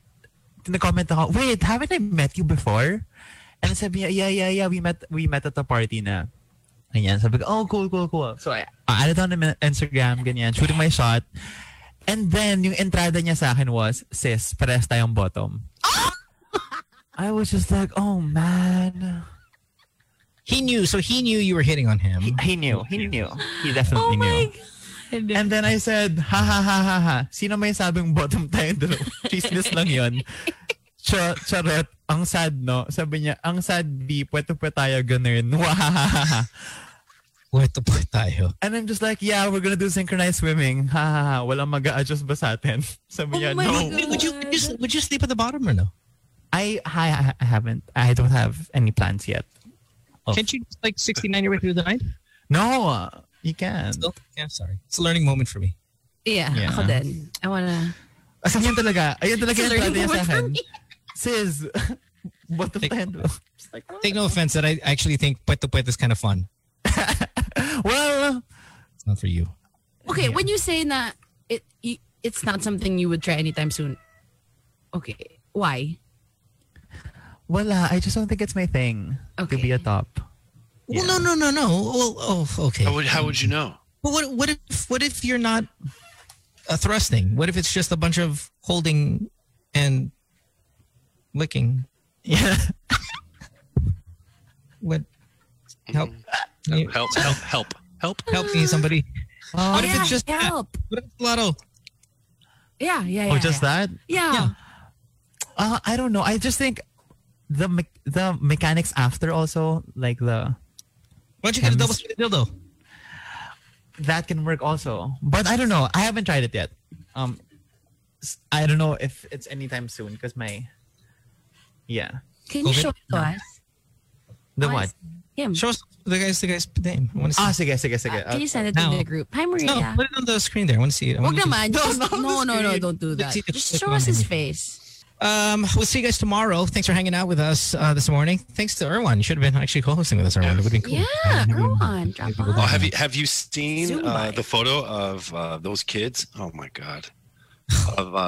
Tinag-comment ako, wait, haven't I met you before? And then sabi niya, yeah, yeah, yeah, we met, we met at a party na. Ganyan. Sabi ko, oh, cool, cool, cool. Ah, So, I I added on in- Instagram, ganyan, shooting my shot. And then, yung entrada niya sa akin was, sis, parehas tayong bottom. I was just like, oh, man.
he knew. So he knew you were hitting on him.
He knew. He knew. He
Oh
definitely knew. And then I said, ha, ha, ha, ha, ha. Sino may sabing bottom tayo dalawa? Chismis lang yun. Char- charot. Ang sad, no? Sabi niya, ang sad, B. Pweto pa tayo ganun. Wahahaha.
Puerto Puerto tayo.
And I'm just like, yeah, we're gonna do synchronized swimming. Ha ha ha. Walang mag adjust ba sa atin? Sabi niya,
Oh my
no.
God.
Would you, would, you, would you sleep at the bottom or no?
I, I, I haven't. I don't have any plans yet.
Can't you just like 69 your way through the night?
No, you can.
No. Yeah, sorry. It's a learning moment for me.
Yeah,
Yeah.
ako din. I wanna...
As in, yun talaga. Ayun talaga
It's a
yung plano
learning
niya sa
moment
akin.
for me.
Sis, what the
Take-
hell?
Take no offense that I actually think Puerto Puerto is kind of fun.
Well,
It's not for you.
Okay, when you say na it, y- it's not something you would try anytime soon. Okay, why?
wala. I just don't think it's my thing to
Okay.
be a top. Oh, Yeah.
Well, no, no, no, no. Well, oh, okay.
How would how would you know?
But what what if what if you're not uh, thrusting? What if it's just a bunch of holding and licking?
Yeah.
What help me,
Help, help, help, help.
help me somebody?
Oh,
What if it's just that?
help?
What if it's lotto?
Yeah, yeah, yeah.
oh, just
yeah.
that?
Yeah.
Yeah.
Uh, I don't know. I just think the me- the mechanics after also like the
Why don't you get a
Chemis-
double speed dildo?
that can work also. But I don't know. I haven't tried it yet. Um, s- I don't know if it's anytime soon because my yeah
Can you
Okay.
show it to us?
the
Why
what
is- Him.
Show us the guy's the guy's name. I want to see.
ah sige sige sige
Uh, can you
Uh,
send it to
No.
the group? Hi,
no,
Maria.
put it on the screen there. I want to see it. I
Wag
wanna
naman.
No,
Just,
not on
no,
the
no, no,
screen.
don't do that.
see the
Just
click
show
on
us his
him.
face.
Um, we'll see you guys tomorrow. Thanks for hanging out with us uh, this morning. Thanks to Erwan. You should have been actually co-hosting with us, Erwan. It would have been cool.
Yeah, go on. Drop
Oh,
on.
have you have you seen
Zoom
uh,
by.
the photo of uh, those kids? Oh my god, of uh,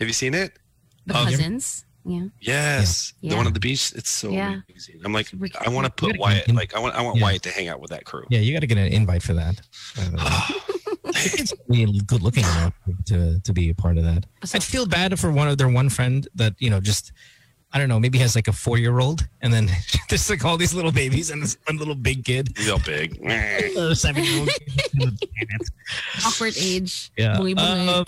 Have you seen it?
The
Oh, yeah.
cousins. Yeah.
Yes,
Yeah.
the
Yeah.
one at the beach. It's so
Yeah.
amazing. I'm like,
Super
I want to
Good
put
again.
Wyatt. Like, I want, I want
Yeah.
Wyatt to hang out with that crew.
Yeah, you got to get an invite for that. it's really good looking enough to to be a part of that.
So-
I'd feel bad for one of their one friend that you know just I don't know maybe has like a four year old and then there's like all these little babies and this one little big kid.
He's all big.
Or seven-year-old kid.
Awkward age.
Yeah.
Bungi-bungi.
Um,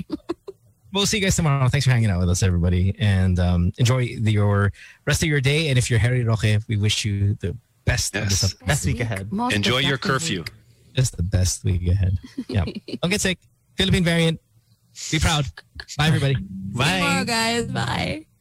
we'll see you guys tomorrow. Thanks for hanging out with us, everybody, and um, enjoy the, your rest of your day. And if you're Harry Roque, we wish you the best. Of
Yes.
this,
Best week ahead.
Most
Enjoy your
productive
curfew.
week.
just the best week ahead. Yeah. Don't get sick. Philippine variant. Be proud. Bye, everybody.
Tomorrow, guys. Bye.